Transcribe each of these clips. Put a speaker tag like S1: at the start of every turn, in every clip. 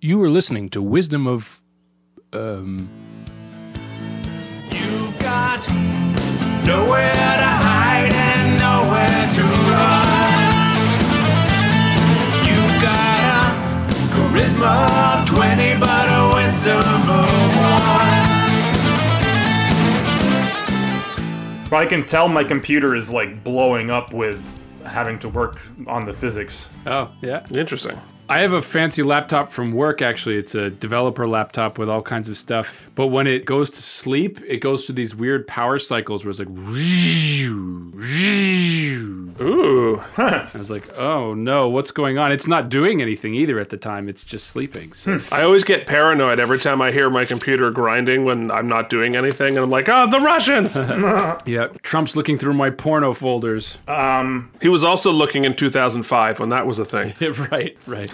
S1: You are listening to Wisdom of. Um,
S2: You've got nowhere to hide and nowhere to run. You've got a charisma of 20, but a wisdom of one.
S3: But I can tell my computer is like blowing up with having to work on the physics.
S1: oh, yeah.
S4: Interesting.
S1: I have a fancy laptop from work, actually. It's a developer laptop with all kinds of stuff. But when it goes to sleep, it goes through these weird power cycles where it's like.
S4: Ooh.
S1: I was like, oh no, what's going on? It's not doing anything either at the time. It's just sleeping. So
S4: I always get paranoid every time I hear my computer grinding when I'm not doing anything, and I'm like, oh, the Russians!
S1: Yeah, Trump's looking through my porno folders.
S4: he was also looking in 2005 when that was a thing.
S1: right, right.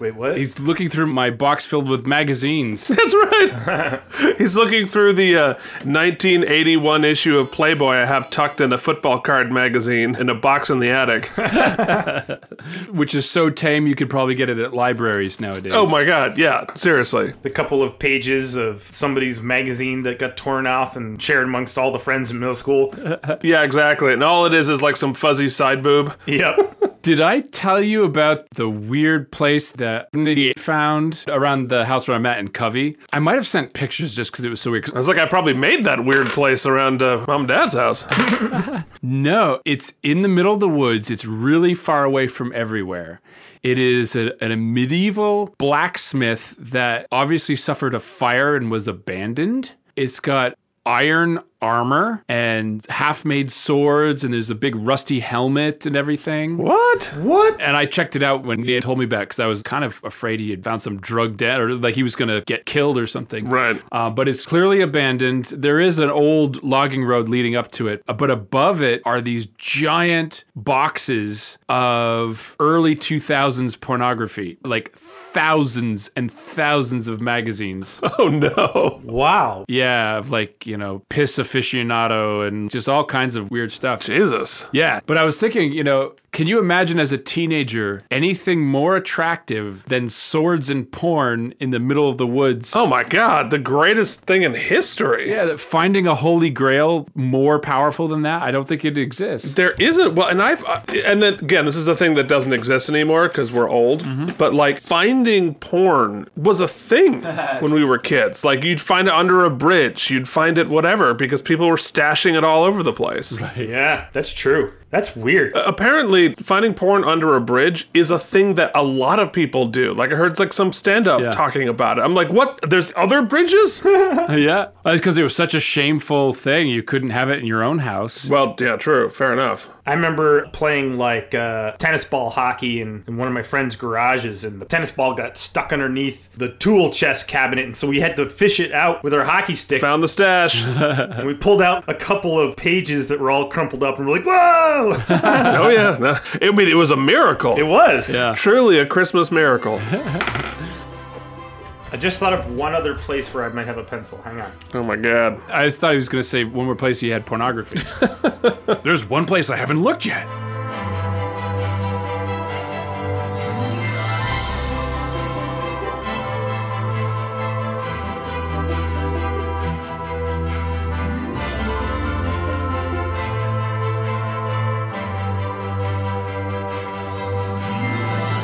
S3: Wait, what?
S1: He's looking through my box filled with magazines.
S4: That's right. He's looking through the uh, 1981 issue of Playboy I have tucked in a football card magazine in a box in the attic.
S1: which is so tame you could probably get it at libraries nowadays.
S4: oh my god, yeah, seriously.
S3: the couple of pages of somebody's magazine that got torn off and shared amongst all the friends in middle school.
S4: Yeah, exactly. And all it is is like some fuzzy side boob.
S3: yep.
S1: Did I tell you about the weird place that Nitty found around the house where I'm at in Covey? I might have sent pictures just because it was so weird.
S4: I was like, I probably made that weird place around uh, mom and dad's house.
S1: No, it's in the middle of the woods. It's really far away from everywhere. It is a, a medieval blacksmith that obviously suffered a fire and was abandoned. It's got iron armor and half made swords, and there's a big rusty helmet and everything.
S4: What?
S3: What?
S1: And I checked it out when he had told me back because I was kind of afraid he had found some drug debt or like he was going to get killed or something.
S4: Right.
S1: Uh, but it's clearly abandoned. There is an old logging road leading up to it, uh, but above it are these giant boxes of early 2000s pornography, like thousands and thousands of magazines.
S4: Oh no.
S3: Wow.
S1: yeah, of like, you know, piss aficionado and just all kinds of weird stuff.
S4: Jesus.
S1: Yeah, but I was thinking, you know, can you imagine as a teenager anything more attractive than swords and porn in the middle of the woods?
S4: Oh my god, the greatest thing in history.
S1: yeah, that finding a holy grail more powerful than that? I don't think it exists.
S4: There isn't well, and I've uh, and then again, this is the thing that doesn't exist anymore because we're old.
S1: Mm-hmm.
S4: But like finding porn was a thing when we were kids. Like you'd find it under a bridge, you'd find it whatever because people were stashing it all over the place.
S3: Yeah, that's true. That's weird.
S4: Apparently, finding porn under a bridge is a thing that a lot of people do. Like I heard like some stand-up
S1: Yeah.
S4: talking about it. I'm like, what? There's other bridges?
S1: yeah, because Uh, it was such a shameful thing. You couldn't have it in your own house.
S4: well, yeah, true, fair enough.
S3: I remember playing like uh, tennis ball hockey in, in one of my friend's garages, and the tennis ball got stuck underneath the tool chest cabinet, and so we had to fish it out with our hockey stick.
S4: Found the stash.
S3: and we pulled out a couple of pages that were all crumpled up, and we're like, "Whoa!"
S4: oh yeah, no. I mean, it was a miracle.
S3: it was.
S1: Yeah.
S4: Truly a Christmas miracle.
S3: I just thought of one other place where I might have a pencil. Hang on.
S4: Oh my god.
S1: I just thought he was going to say one more place he had pornography. There's one place I haven't looked yet.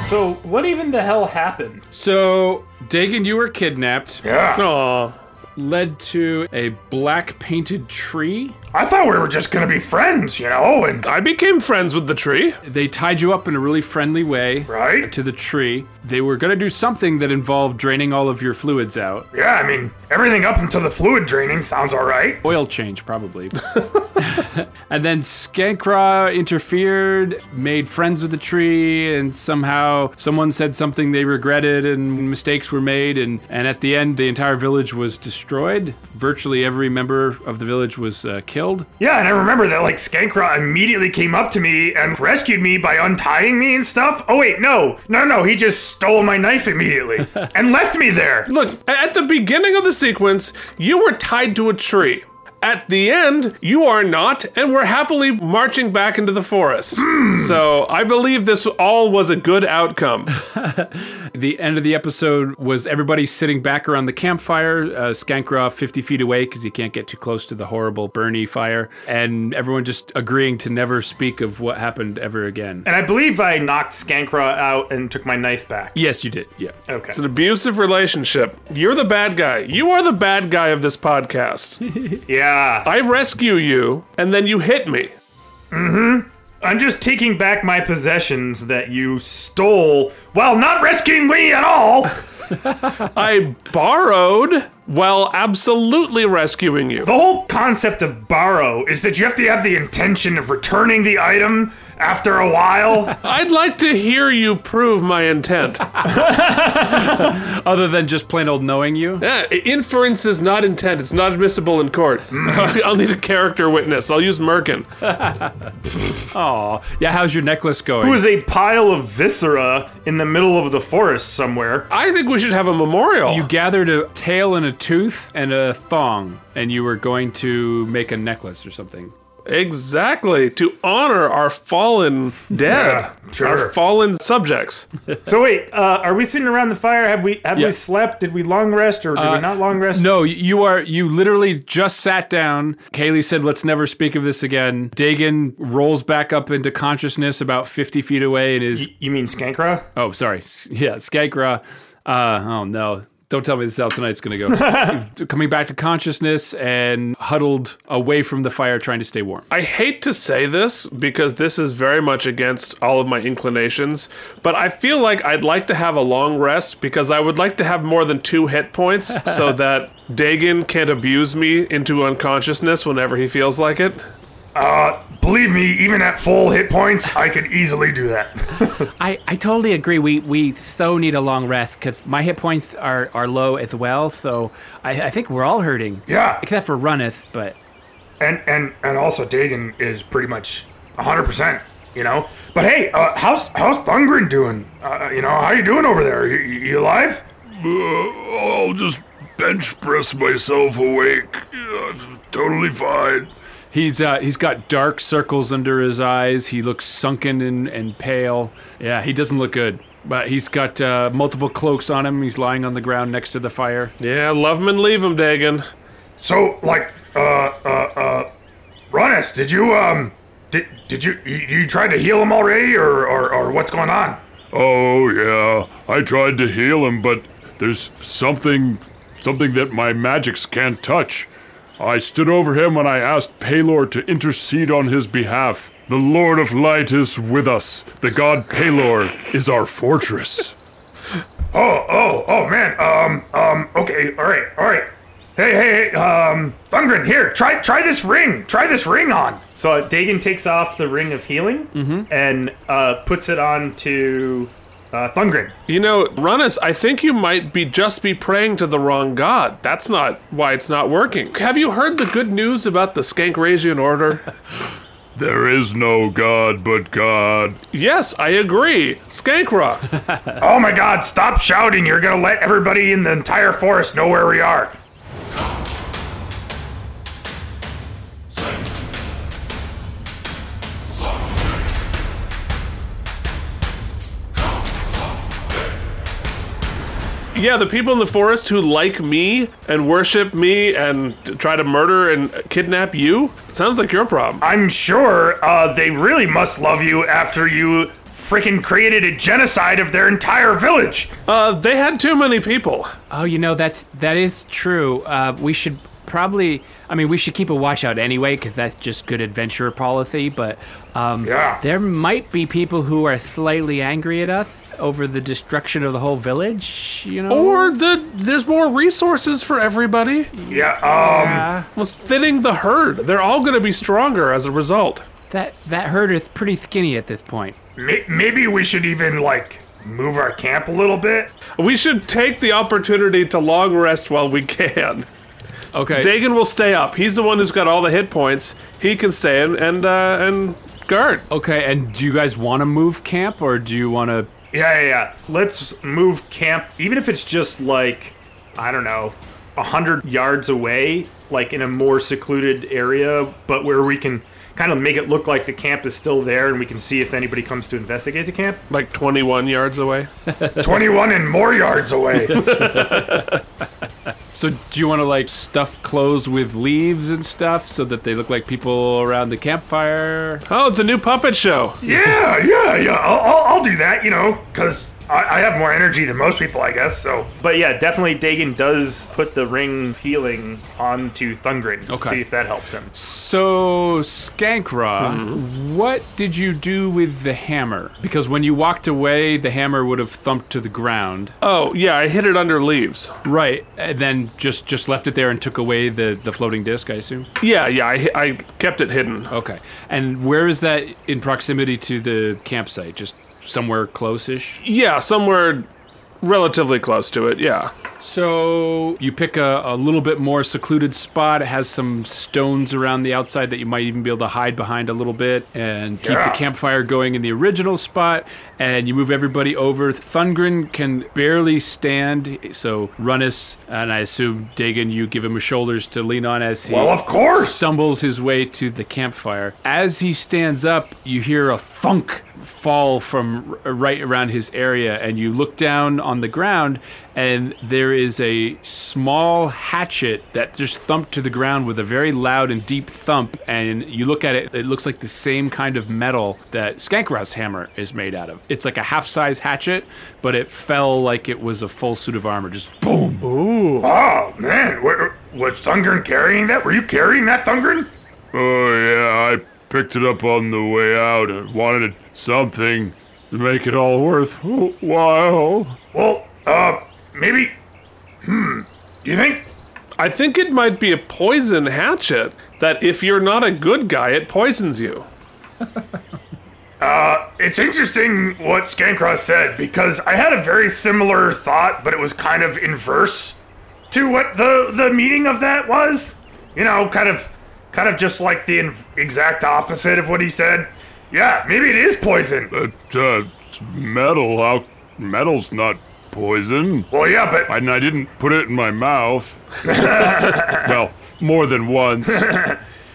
S3: So, what even the hell happened?
S1: So, Dagon, you were kidnapped,
S4: Aw.
S1: led to a black painted tree.
S3: I thought we were just gonna be friends, you know, and
S4: I became friends with the tree.
S1: They tied you up in a really friendly way.
S3: right?
S1: to the tree. They were going to do something that involved draining all of your fluids out.
S3: Yeah, I mean, everything up until the fluid draining sounds alright.
S1: Oil change, probably. and then Skankra interfered, made friends with the tree, and somehow someone said something they regretted, and mistakes were made. And, and at the end, the entire village was destroyed. Virtually every member of the village was uh, killed.
S3: Yeah, and I remember that like Skankra immediately came up to me and rescued me by untying me and stuff. Oh wait, no, no, no, he just stole my knife immediately and left me there.
S4: Look, a- at the beginning of the sequence, you were tied to a tree. At the end, you are not, and we're happily marching back into the forest. So I believe this all was a good outcome.
S1: The end of the episode was everybody sitting back around the campfire, uh, Skankroff 50 feet away because he can't get too close to the horrible Bernie fire, and everyone just agreeing to never speak of what happened ever again.
S3: And I believe I knocked Skankra out and took my knife back.
S1: Yes, you did. Yeah.
S3: Okay.
S4: An abusive relationship. You're the bad guy. You are the bad guy of this podcast.
S3: yeah.
S4: I rescue you, and then you hit me.
S3: I'm just taking back my possessions that you stole while not rescuing me at all.
S4: I borrowed while absolutely rescuing you.
S3: The whole concept of borrow is that you have to have the intention of returning the item after a while.
S4: I'd like to hear you prove my intent.
S1: Other than just plain old knowing you.
S4: Yeah, Uh, inference is not intent. It's not admissible in court. I'll need a character witness. I'll use Merkin.
S1: Aw. Yeah, how's your necklace going?
S3: It was a pile of viscera in the middle of the forest somewhere.
S4: I think we should have a memorial.
S1: you gathered a tail and a tooth and a thong, and you were going to make a necklace or something.
S4: exactly. To honor our fallen dead,
S3: Yeah, Ah, sure.
S4: our fallen subjects.
S3: So wait, uh, are we sitting around the fire? Have we have
S1: Yeah.
S3: we slept? Did we long rest or did we not long rest?
S1: No, you are. You literally just sat down. Kaylee said, "Let's never speak of this again." Dagon rolls back up into consciousness about fifty feet away, and is
S3: You mean Skankra?
S1: oh, sorry, S- yeah, Skagra. Uh, oh no. Don't tell me this is how tonight's going to go. Coming back to consciousness and huddled away from the fire, trying to stay warm.
S4: I hate to say this because this is very much against all of my inclinations, but I feel like I'd like to have a long rest because I would like to have more than two hit points so that Dagon can't abuse me into unconsciousness whenever he feels like it.
S3: Uh, believe me, even at full hit points, I could easily do that.
S5: I, I totally agree. We we so need a long rest because my hit points are, are low as well. So I, I think we're all hurting.
S3: Yeah.
S5: Except for Runneth, but
S3: And and and also Dagon is pretty much 100%, you know? But hey, uh, how's how's Thungren doing? Uh, you know, how you doing over there? You, you you alive?
S2: I'll just bench press myself awake. I'm totally fine.
S1: He's uh, he's got dark circles under his eyes. He looks sunken and, and pale. Yeah, he doesn't look good. But he's got uh, multiple cloaks on him. He's lying on the ground next to the fire.
S4: Yeah, love him and leave him, Dagon.
S3: So like uh uh uh Runnus, did you um did did you you, you tried to heal him already or, or or what's going on?
S2: Oh, yeah. I tried to heal him, but there's something. something that my magics can't touch. I stood over him and I asked Palor to intercede on his behalf. The Lord of Light is with us. The god Palor is our fortress.
S3: Oh, oh, oh, man. Um, um, okay, all right, all right. Hey, hey, hey, um, Thungren, here, try, try this ring. Try this ring on. So uh, Dagon takes off the ring of healing and uh, puts it on to uh, Thungren.
S4: You know, Runnus, I think you might be just be praying to the wrong god. That's not why it's not working. Have you heard the good news about the Skankrasian order?
S2: There is no god but God.
S4: yes, I agree. Skankra.
S3: Oh my God! Stop shouting! You're gonna let everybody in the entire forest know where we are.
S4: yeah, the people in the forest who like me and worship me and try to murder and kidnap you. Sounds like your problem.
S3: I'm sure uh, they really must love you after you freaking created a genocide of their entire village.
S4: Uh, they had too many people.
S5: oh, you know that's that is true. Uh, we should probably. I mean, we should keep a watch out anyway because that's just good adventurer policy. But um,
S3: Yeah.
S5: there might be people who are slightly angry at us over the destruction of the whole village. You know.
S4: Or the there's more resources for everybody.
S3: Yeah. Um.
S4: Well, it's thinning the herd. They're all going to be stronger as a result.
S5: that that herd is pretty skinny at this point.
S3: May- Maybe we should even like move our camp a little bit.
S4: We should take the opportunity to long rest while we can.
S1: Okay.
S4: Dagon will stay up. He's the one who's got all the hit points. He can stay in and uh, and guard.
S1: okay. And do you guys want to move camp or do you want to?
S3: Yeah, yeah, yeah. Let's move camp, even if it's just like I don't know, 100 yards away, like in a more secluded area, but where we can kind of make it look like the camp is still there and we can see if anybody comes to investigate the camp.
S4: Like 21 yards away.
S3: 21 and more yards away.
S1: So do you want to like stuff clothes with leaves and stuff so that they look like people around the campfire?
S4: Oh, it's a new puppet show.
S3: yeah, yeah, yeah. I'll, I'll, I'll do that, you know, because. I I have more energy than most people, I guess. So, but yeah, definitely Dagon does put the ring of healing onto Thungrin.
S1: Okay.
S3: see if that helps him.
S1: So Skankra, what did you do with the hammer? Because when you walked away, the hammer would have thumped to the ground.
S4: Oh, yeah, I hid it under leaves.
S1: Right, and then just just left it there and took away the the floating disc, I assume.
S4: Yeah, yeah, I, hi- I kept it hidden.
S1: Okay. And where is that in proximity to the campsite? Just somewhere close-ish?
S4: Yeah, somewhere relatively close to it, yeah.
S1: So you pick a, a little bit more secluded spot. It has some stones around the outside that you might even be able to hide behind a little bit and keep
S3: Yeah.
S1: the campfire going in the original spot. And you move everybody over. Thungren can barely stand. So Runnis, and I assume Dagon, you give him shoulders to lean on as he
S3: Well, of course.
S1: stumbles his way to the campfire. As he stands up, you hear a thunk fall from r- right around his area, and you look down on the ground, and there is a small hatchet that just thumped to the ground with a very loud and deep thump. And you look at it, it looks like the same kind of metal that Skankra's hammer is made out of. It's like a half size hatchet, but it fell like it was a full suit of armor. Just boom.
S3: Oh man, where, was Thungren carrying that? Were you carrying that, Thungren?
S2: Oh, yeah, I picked it up on the way out and wanted something to make it all worthwhile.
S3: Well, uh, maybe. Hmm. Do you think?
S4: I think it might be a poison hatchet that if you're not a good guy, it poisons you.
S3: It's interesting what Scancross said because I had a very similar thought, but it was kind of inverse to what the the meaning of that was. You know, kind of, kind of just like the in- exact opposite of what he said. Yeah, maybe it is poison.
S2: But, uh, it's metal. How? Metal's not poison.
S3: Well, yeah, but
S2: And I didn't put it in my mouth. well, more than once.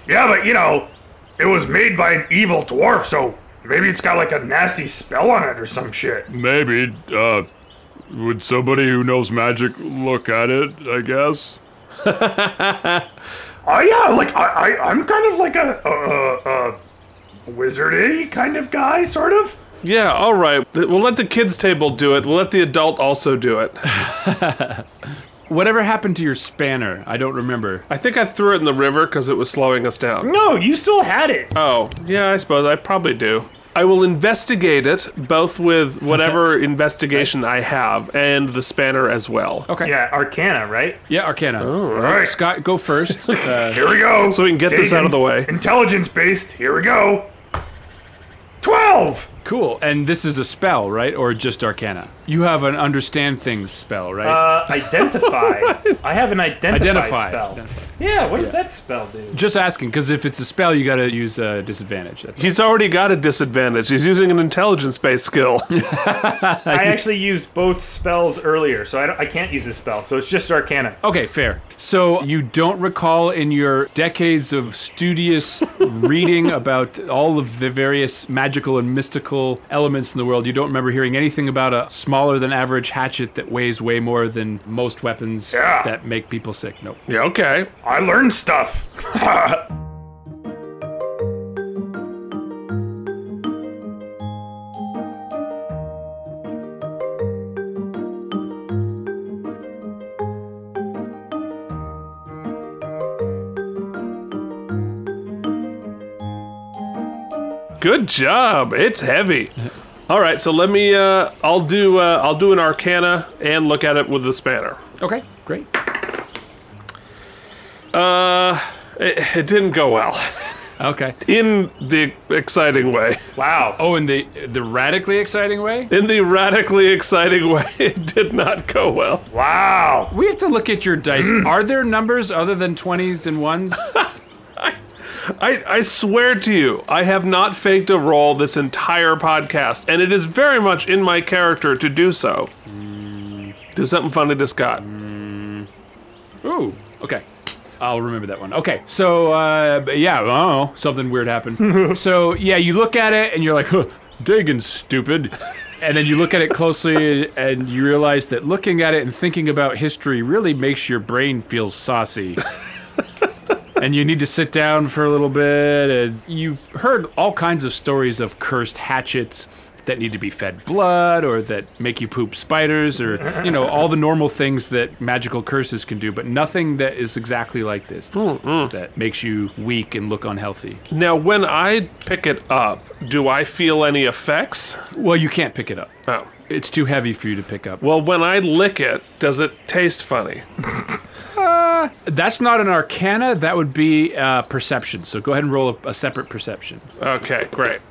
S3: Yeah, but you know, it was made by an evil dwarf, so maybe it's got like a nasty spell on it or some shit.
S2: Maybe. Uh, would somebody who knows magic look at it, I guess?
S3: Oh yeah, like I, I I'm kind of like a uh uh wizardy kind of guy, sort of.
S4: Yeah, all right. Th- We'll let the kids' table do it. We'll let the adult also do it.
S1: Whatever happened to your spanner? I don't remember.
S4: I think I threw it in the river because it was slowing us down.
S3: No, you still had it.
S4: Oh, yeah, I suppose I probably do. I will investigate it, both with whatever investigation I have and the spanner as well.
S1: Okay.
S3: Yeah, Arcana, right?
S1: Yeah, Arcana.
S3: All right,
S1: Scott, go first.
S3: here we go.
S4: So we can get this out of the way.
S3: Intelligence based. Here we go. Twelve.
S1: Cool. And this is a spell, right? Or just arcana? You have an understand things spell, right?
S3: Uh, identify. I have an identify,
S1: Identify.
S3: spell.
S1: Identify.
S3: Yeah, what does that spell do?
S1: just asking, because if it's a spell, you got to use a disadvantage. That's
S4: He's already got a disadvantage. He's using an intelligence based skill.
S3: I actually used both spells earlier, so I, don't, I can't use this spell. So it's just Arcana.
S1: Okay, fair. So you don't recall in your decades of studious reading about all of the various magical and mystical elements in the world, you don't remember hearing anything about a smaller than average hatchet that weighs way more than most weapons
S3: Yeah.
S1: that make people sick. Nope.
S4: yeah, okay.
S3: I learned stuff.
S4: Good job. It's heavy. All right, so let me. Uh, I'll do. Uh, I'll do an Arcana and look at it with the spanner.
S1: Okay, great.
S4: Uh, it, it didn't go well
S1: Okay.
S4: in the exciting way.
S3: wow.
S1: Oh, in the the radically exciting way?
S4: In the radically exciting way, it did not go well.
S3: Wow.
S1: We have to look at your dice. Are there numbers other than 20s and 1s?
S4: I, I swear to you, I have not faked a roll this entire podcast, and it is very much in my character to do so. Do something funny to Scott.
S1: Ooh, okay. I'll remember that one. Okay, so uh, but yeah, I don't know, something weird happened. so yeah, you look at it and you're like, huh, Dagon's stupid. And then you look at it closely and you realize that looking at it and thinking about history really makes your brain feel saucy. and you need to sit down for a little bit. And you've heard all kinds of stories of cursed hatchets that need to be fed blood or that make you poop spiders or, you know, all the normal things that magical curses can do, but nothing that is exactly like this that makes you weak and look unhealthy.
S4: Now, when I pick it up, do I feel any effects?
S1: Well, you can't pick it up.
S4: Oh.
S1: It's too heavy for you to pick up.
S4: Well, when I lick it, does it taste funny?
S1: That's not an arcana. That would be uh, perception. So go ahead and roll a, a separate perception.
S4: Okay, great.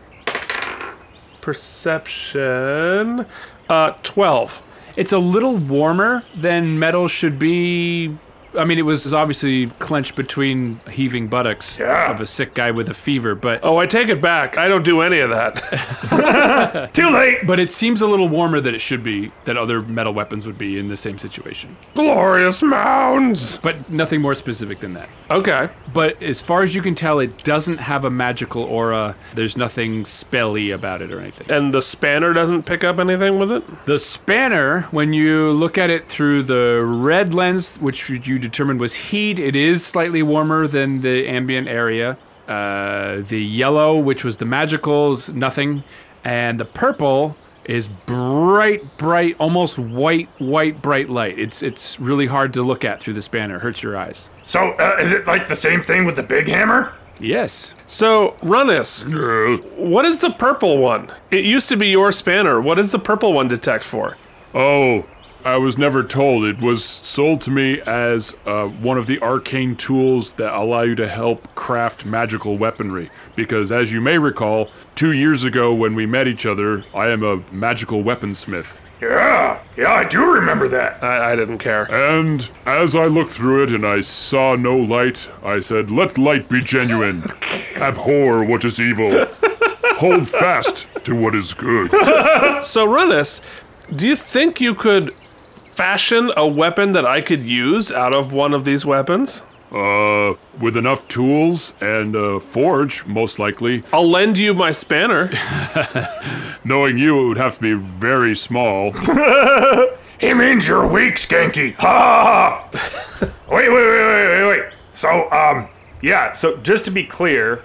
S4: Perception. Uh, 12.
S1: It's a little warmer than metal should be. I mean, it was obviously clenched between heaving buttocks of a sick guy with a fever, but
S4: Oh, I take it back. I don't do any of that.
S3: Too late.
S1: but it seems a little warmer than it should be. That other metal weapons would be in the same situation,
S4: Glorious mounds.
S1: but nothing more specific than that.
S4: Okay.
S1: But as far as you can tell, it doesn't have a magical aura. There's nothing spelly about it or anything.
S4: And the spanner doesn't pick up anything with it?
S1: The spanner, when you look at it through the red lens, which you determined was heat, it is slightly warmer than the ambient area. Uh, the yellow, which was the magicals, nothing. And the purple is bright, bright, almost white, white, bright light. It's it's really hard to look at through the spanner. Hurts your eyes.
S3: So, uh, is it like the same thing with the big hammer?
S1: Yes.
S4: So, Runnis, what is the purple one? It used to be your spanner. What is the purple one detect for?
S2: Oh, I was never told. It was sold to me as uh, one of the arcane tools that allow you to help craft magical weaponry. Because, as you may recall, two years ago when we met each other, I am a magical weaponsmith.
S3: Yeah, yeah, I do remember that.
S4: I, I didn't care.
S2: And as I looked through it and I saw no light, I said, Let light be genuine. Abhor what is evil. Hold fast to what is good.
S4: So, Runnis, do you think you could fashion a weapon that I could use out of one of these weapons?
S2: Uh, with enough tools and a forge, most likely.
S4: I'll lend you my spanner.
S2: Knowing you, it would have to be very small.
S3: He means you're weak, Skanky. Ha! ha, ha. wait, wait, wait, wait, wait, wait. So, um, yeah. So, just to be clear,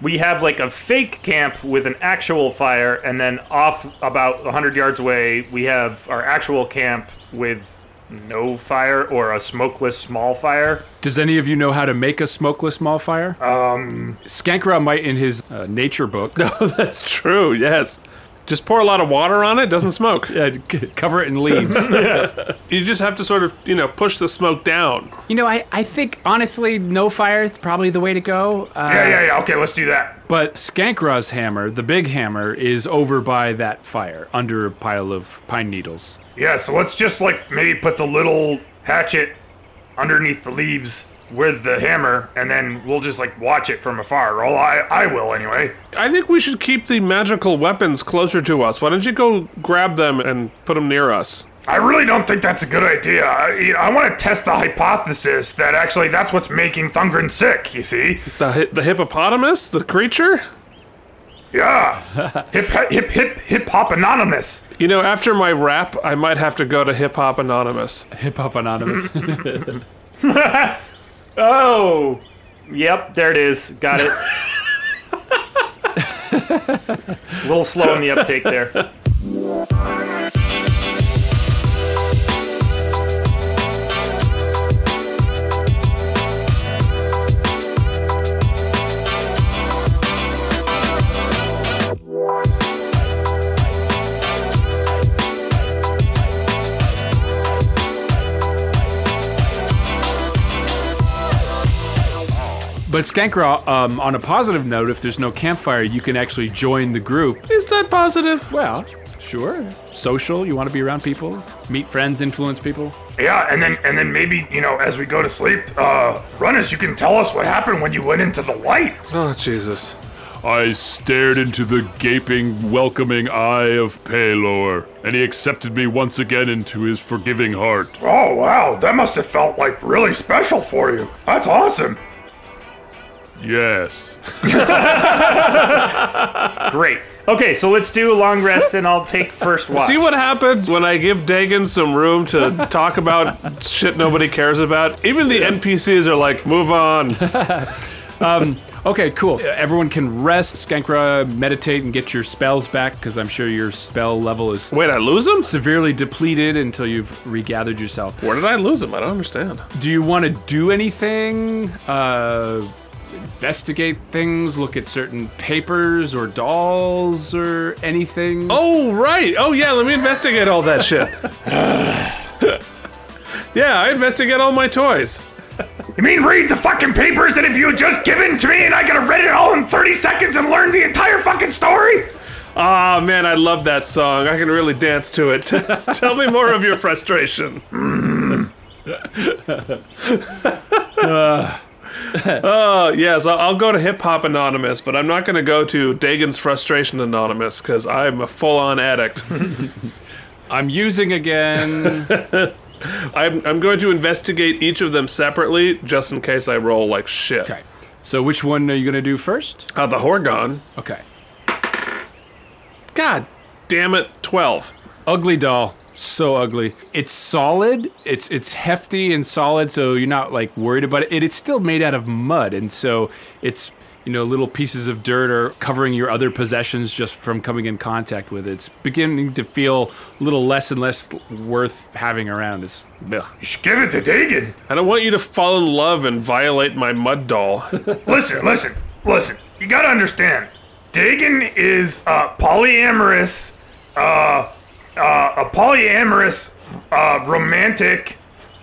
S3: we have like a fake camp with an actual fire, and then off about 100 yards away, we have our actual camp with no fire or a smokeless small fire.
S1: Does any of you know how to make a smokeless small fire? Um, Skankra might in his uh, nature book
S4: Oh, that's true. Yes. Just pour a lot of water on it, doesn't smoke.
S1: uh, c- cover it in leaves.
S4: You just have to sort of, you know, push the smoke down.
S5: You know, I, I think honestly, no fire is probably the way to go. Uh,
S3: Yeah, yeah, yeah. Okay, let's do that.
S1: But Skankra's hammer, the big hammer, is over by that fire, under a pile of pine needles.
S3: Yeah, so let's just like maybe put the little hatchet underneath the leaves with the hammer, and then we'll just like watch it from afar. Well, I, I will anyway.
S4: I think we should keep the magical weapons closer to us. Why don't you go grab them and put them near us?
S3: I really don't think that's a good idea. I, you know, I want to test the hypothesis that actually that's what's making Thungren sick, you see?
S4: The, hi- the hippopotamus? The creature?
S3: Yeah. hip, hip, hip, hip hop anonymous.
S4: You know, after my rap, I might have to go to Hip Hop Anonymous.
S1: Hip Hop Anonymous.
S3: Oh. Yep, there it is. Got it. a little slow in the uptake there.
S1: but Skankra, um, on a positive note, if there's no campfire, you can actually join the group.
S4: Is that positive?
S1: Well, sure. Social, you want to be around people, meet friends, influence people.
S3: Yeah, and then and then maybe, you know, as we go to sleep, uh Runus, you can tell us what happened when you went into the light.
S4: Oh, Jesus.
S2: I stared into the gaping, welcoming eye of Paylor and he accepted me once again into his forgiving heart.
S3: Oh, wow. That must have felt like really special for you. That's awesome.
S2: Yes.
S3: Great. Okay, so let's do a long rest and I'll take first watch.
S4: See what happens when I give Dagon some room to talk about shit nobody cares about. Even the NPCs are like, move on.
S1: Okay, cool. Uh, Everyone can rest, Skankra, meditate, and get your spells back because I'm sure your spell level is
S4: Wait, I lose him?
S1: severely depleted until you've regathered yourself.
S4: Where did I lose him? I don't understand.
S1: Do you want to do anything? Uh, investigate things, look at certain papers or dolls or anything?
S4: Oh, right. Oh, yeah, let me investigate all that shit. yeah, I investigate all my toys.
S3: You mean read the fucking papers that if you had just given to me and I could have read it all in 30 seconds and learned the entire fucking story?
S4: Ah, man, I love that song. I can really dance to it. Tell me more of your frustration.
S1: Mm.
S4: Uh, yes, I'll, I'll go to Hip Hop Anonymous, but I'm not going to go to Dagon's Frustration Anonymous because I'm a full on addict.
S1: I'm using again.
S4: I'm, I'm going to investigate each of them separately just in case I roll like shit.
S1: okay. So which one are you going to do first?
S4: Uh, the Horgon.
S1: Okay.
S4: God damn it, 12.
S1: ugly doll so ugly it's solid it's it's hefty and solid so you're not like worried about it. it it's still made out of mud and so it's you know little pieces of dirt are covering your other possessions just from coming in contact with it it's beginning to feel a little less and less worth having around it's ugh.
S3: You should give it to Dagan.
S4: I don't want you to fall in love and violate my mud doll.
S3: Listen, listen, listen. You gotta understand. Dagon is uh, polyamorous, uh, uh, a polyamorous, uh, romantic,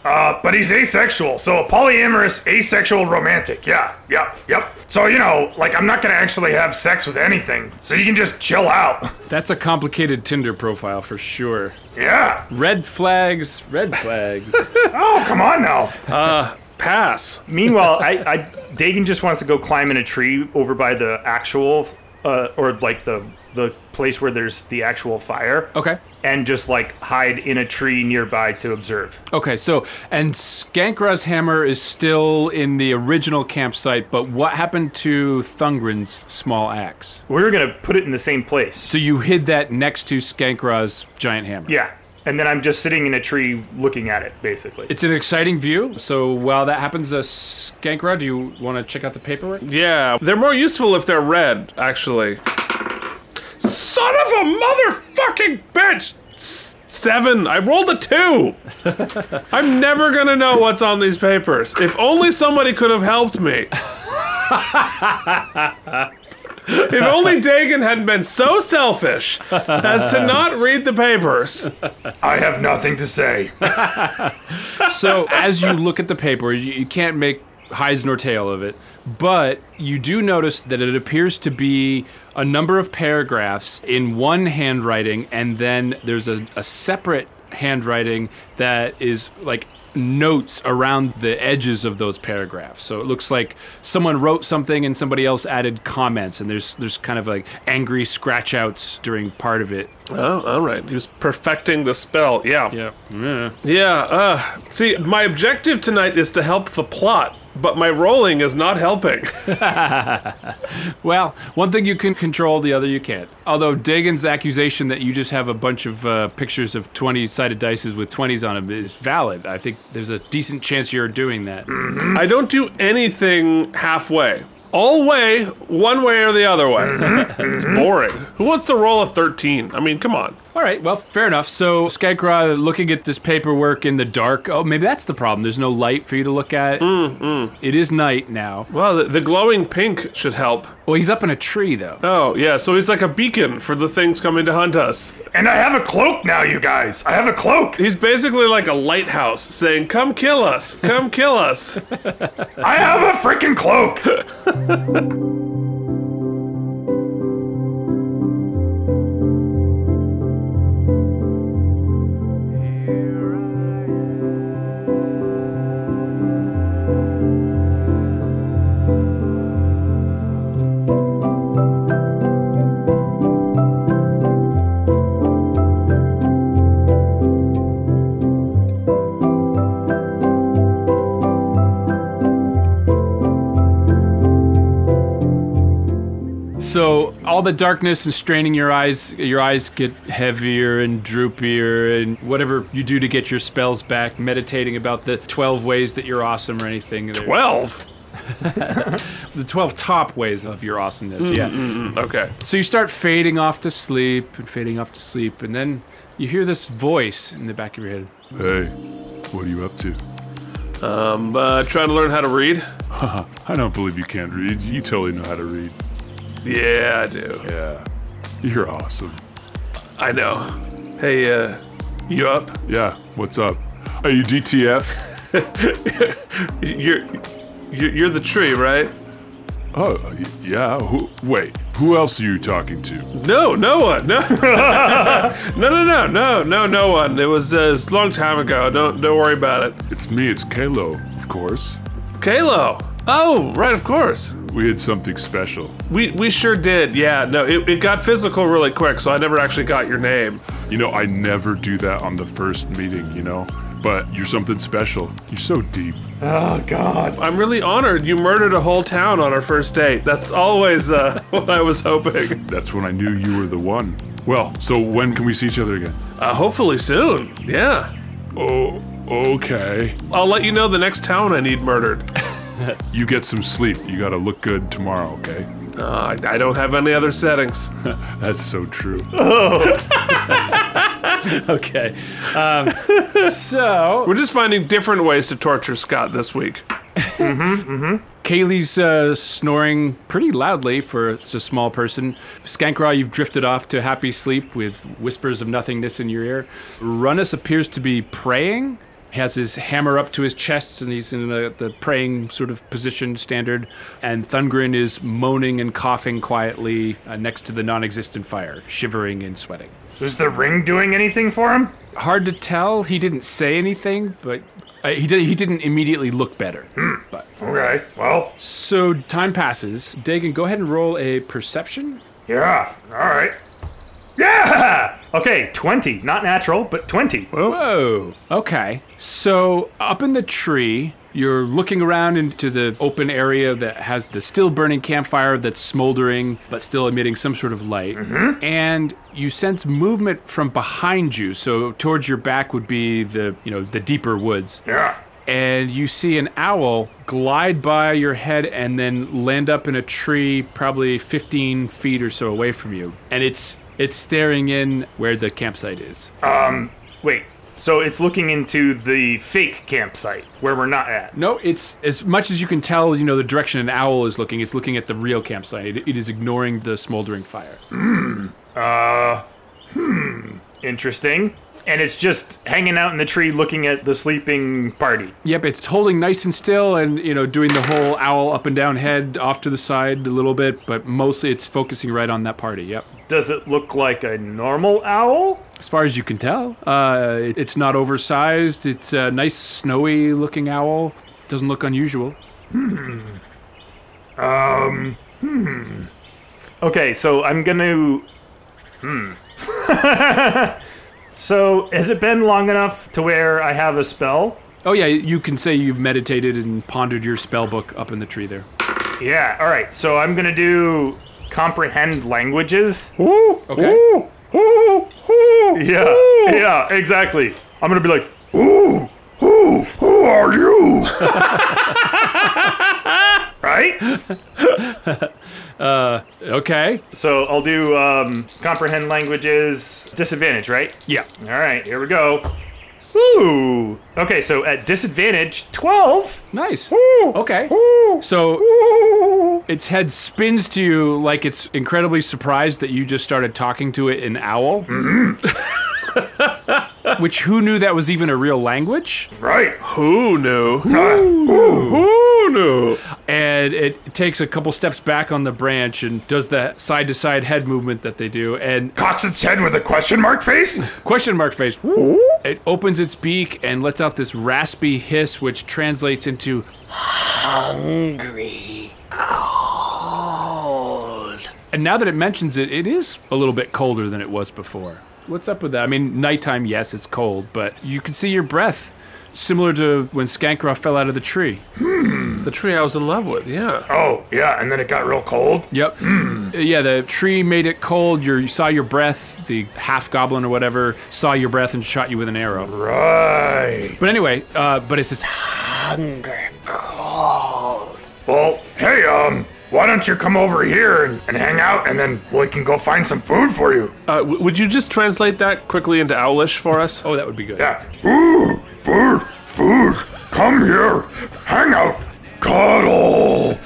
S3: uh, but he's asexual. So a polyamorous, asexual romantic. Yeah, yeah, yep. So, you know, like, I'm not gonna actually have sex with anything. So you can just chill out.
S1: that's a complicated tinder profile for sure
S3: yeah.
S1: red flags red flags
S3: Oh, come on now.
S4: Pass.
S3: Meanwhile, I, I Dagan just wants to go climb in a tree over by the actual, uh, or like the the place where there's the actual fire.
S1: okay
S3: And just like hide in a tree nearby to observe.
S1: Okay, so and Skankra's hammer is still in the original campsite, but what happened to Thungren's small axe?
S3: We were gonna put it in the same place.
S1: So you hid that next to Skankra's giant hammer.
S3: Yeah. And then I'm just sitting in a tree looking at it, basically.
S1: It's an exciting view. So while that happens, uh, Skankra, do you want to check out the paperwork?
S4: Yeah, they're more useful if they're red, actually. Son of a motherfucking bitch! S- Seven. I rolled a two. I'm never gonna know what's on these papers. If only somebody could have helped me. if only Dagon hadn't been so selfish as to not read the papers.
S3: I have nothing to say.
S1: So as you look at the paper, you, you can't make hides nor tail of it, but you do notice that it appears to be a number of paragraphs in one handwriting, and then there's a, a separate handwriting that is like notes around the edges of those paragraphs. So it looks like someone wrote something and somebody else added comments and there's there's kind of like angry scratch outs during part of it.
S4: Oh, all right. He was perfecting the spell. Yeah.
S1: Yeah. Yeah.
S4: Yeah, uh, see, my objective tonight is to help the plot, but my rolling is not helping.
S1: Well, one thing you can control, the other you can't. Although Dagon's accusation that you just have a bunch of uh, pictures of 20 sided dices with 20s on them is valid. I think there's a decent chance you're doing that.
S4: I don't do anything halfway. All way, one way or the other way. it's boring. Who wants to roll a 13? I mean, come on.
S1: All right, well, fair enough. So, Skycra looking at this paperwork in the dark. Oh, maybe that's the problem. There's no light for you to look at. It is night now.
S4: Well, the, the glowing pink should help.
S1: Well, he's up in a tree, though.
S4: Oh, yeah, so he's like a beacon for the things coming to hunt us.
S3: And I have a cloak now, you guys. I have a cloak.
S4: He's basically like a lighthouse saying, Come kill us, come kill us.
S3: I have a freaking cloak.
S1: So all the darkness and straining your eyes, your eyes get heavier and droopier, and whatever you do to get your spells back, meditating about the twelve ways that you're awesome or anything. They're-
S4: Twelve.
S1: the twelve top ways of your awesomeness. Yeah.
S4: Hmm, Okay.
S1: So you start fading off to sleep and fading off to sleep, and then you hear this voice in the back of your head.
S2: Hey, what are you up to?
S4: I'm uh, trying to learn how to read.
S2: I don't believe you can't read. You totally know how to read.
S4: Yeah, I do.
S2: Yeah. You're awesome.
S4: I know. Hey, uh, you up?
S2: Yeah, what's up? Are you DTF?
S4: You're, you're you're the tree, right?
S2: Oh, y- yeah. Who, wait, who else are you talking to?
S4: No, no one. No. no, no, no, no, no, no one. It was, uh, it was a long time ago. Don't don't worry about it.
S2: It's me, it's Kalo, of course.
S4: Kalo. Oh, right, of course.
S2: We had something special.
S4: We we sure did. Yeah. No, it, it got physical really quick, so I never actually got your name.
S2: You know, I never do that on the first meeting, you know? But you're something special. You're so deep.
S3: Oh God.
S4: I'm really honored. You murdered a whole town on our first date. That's always uh, what I was hoping.
S2: That's when I knew you were the one. Well, so when can we see each other again?
S4: Uh, hopefully soon. Yeah.
S2: Oh, okay.
S4: I'll let you know the next town I need murdered.
S2: You get some sleep. You gotta look good tomorrow, okay?
S4: Uh, I, I don't have any other settings.
S2: That's so true.
S5: Okay. Um, so
S4: We're just finding different ways to torture Scott this week.
S1: Kaylee's uh, snoring pretty loudly for such a small person. Skankra, you've drifted off to happy sleep with whispers of nothingness in your ear. Runus appears to be praying. He has his hammer up to his chest and he's in the, the praying sort of position standard. And Thungrin is moaning and coughing quietly uh, next to the non existent fire, shivering and sweating.
S3: Is the ring doing anything for him?
S1: Hard to tell. He didn't say anything, but uh, he, did, he didn't immediately look better. But.
S3: Okay. Well.
S1: So time passes. Dagon, go ahead and roll a perception.
S3: Yeah. All right. Yeah. Okay. Twenty. Not natural, but twenty.
S1: Whoa. Okay. So up in the tree, you're looking around into the open area that has the still burning campfire that's smoldering but still emitting some sort of light. And you sense movement from behind you. So towards your back would be the, you know, the deeper woods.
S3: Yeah.
S1: and you see an owl glide by your head and then land up in a tree probably 15 feet or so away from you and it's it's staring in where the campsite is
S3: Wait. So it's looking into the fake campsite where we're not at.
S1: no it's as much as you can tell you know the direction an owl is looking it's looking at the real campsite it, it is ignoring the smoldering fire
S3: Interesting. And it's just hanging out in the tree looking at the sleeping party.
S1: yep it's holding nice and still and you know doing the whole owl up and down head off to the side a little bit but mostly it's focusing right on that party yep
S3: Does it look like a normal owl?
S1: As far as you can tell, uh, it- it's not oversized. It's a nice, snowy looking owl. Doesn't look unusual.
S3: Okay, so I'm gonna. Hmm. so has it been long enough to where I have a spell?
S1: Oh, yeah, you can say you've meditated and pondered your spell book up in the tree there.
S3: Yeah. All right. So I'm gonna do comprehend languages.
S1: Okay.
S3: Yeah. Yeah. Exactly. I'm gonna be like,
S2: Who? Who are you?
S3: right?
S1: Okay.
S3: so I'll do um, comprehend languages disadvantage, right?
S1: Yeah.
S3: All right. Here we go. Ooh. Okay. So at disadvantage, twelve.
S1: Nice. Okay. So its head spins to you like it's incredibly surprised that you just started talking to it in owl. Which who knew that was even a real language?
S3: Right.
S4: Who knew? Who knew?
S1: and it takes a couple steps back on the branch and does the side to side head movement that they do and
S3: Cocks its head with a question mark face.
S1: question mark face it opens its beak and lets out this raspy hiss which translates into
S6: Hungry. Cold.
S1: and now that it mentions it it is a little bit colder than it was before what's up with that i mean nighttime yes it's cold but you can see your breath similar to when skankra fell out of the tree
S4: The tree I was in love with. Yeah.
S3: Oh yeah. And then it got real cold.
S1: yep yeah, the tree made it cold. Your, you saw your breath. The half goblin or whatever saw your breath and shot you with an arrow.
S3: Right.
S1: But anyway, uh, but it's this.
S3: Hunger cold. Well, hey, um, why don't you come over here and, and hang out, and then we can go find some food for you.
S4: Uh, w- would you just translate that quickly into Owlish for us?
S1: Oh, that would be good.
S3: Yeah. Ooh, food, food. Come here. Hang out. Cuddle.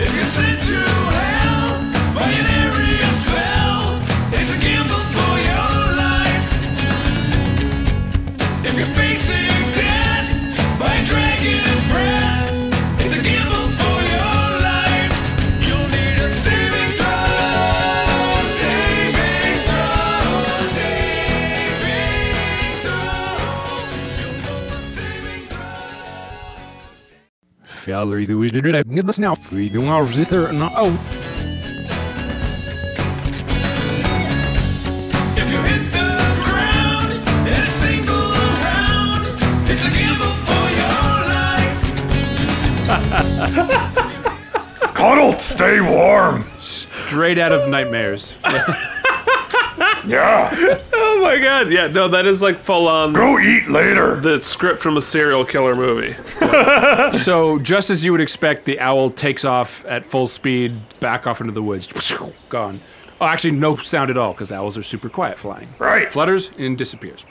S6: If you're sent to hell by an area spell, it's a gamble for your life. If you're facing death by a dragon breath, it's a gamble for your life. You'll need a saving throw, saving throw, saving throw. You'll roll a saving throw.
S5: Valerie, the wizard, let's now free the hours there. Oh,
S6: If you hit the ground in a single round, it's a gamble for your life.
S3: Cuddle. Stay warm.
S1: Straight out of nightmares.
S3: Yeah.
S4: Oh my god, yeah, no, that is like full on
S3: Go eat later.
S4: the script from a serial killer movie.
S1: so just as you would expect, the owl takes off at full speed, back off into the woods. Gone. Oh, actually, no sound at all because owls are super quiet flying.
S3: Right.
S1: Flutters and disappears.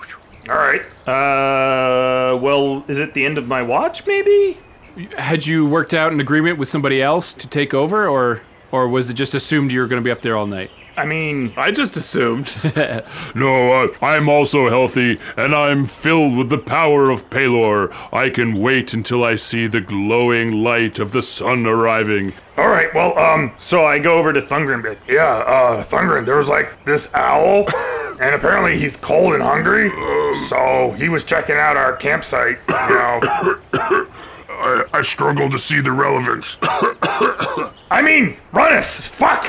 S3: All right. Uh, well, is it the end of my watch? Maybe.
S1: Had you worked out an agreement with somebody else to take over, or or was it just assumed you were going to be up there all night?
S3: I mean,
S4: I just assumed.
S2: No, I, I'm also healthy, and I'm filled with the power of Pelor. I can wait until I see the glowing light of the sun arriving.
S3: All right, well, um, so I go over to Thungren, but yeah, uh, Thungren, there was like this owl, and apparently he's cold and hungry, so he was checking out our campsite, you know.
S2: I, I struggle to see the relevance.
S3: I mean, Runus, fuck!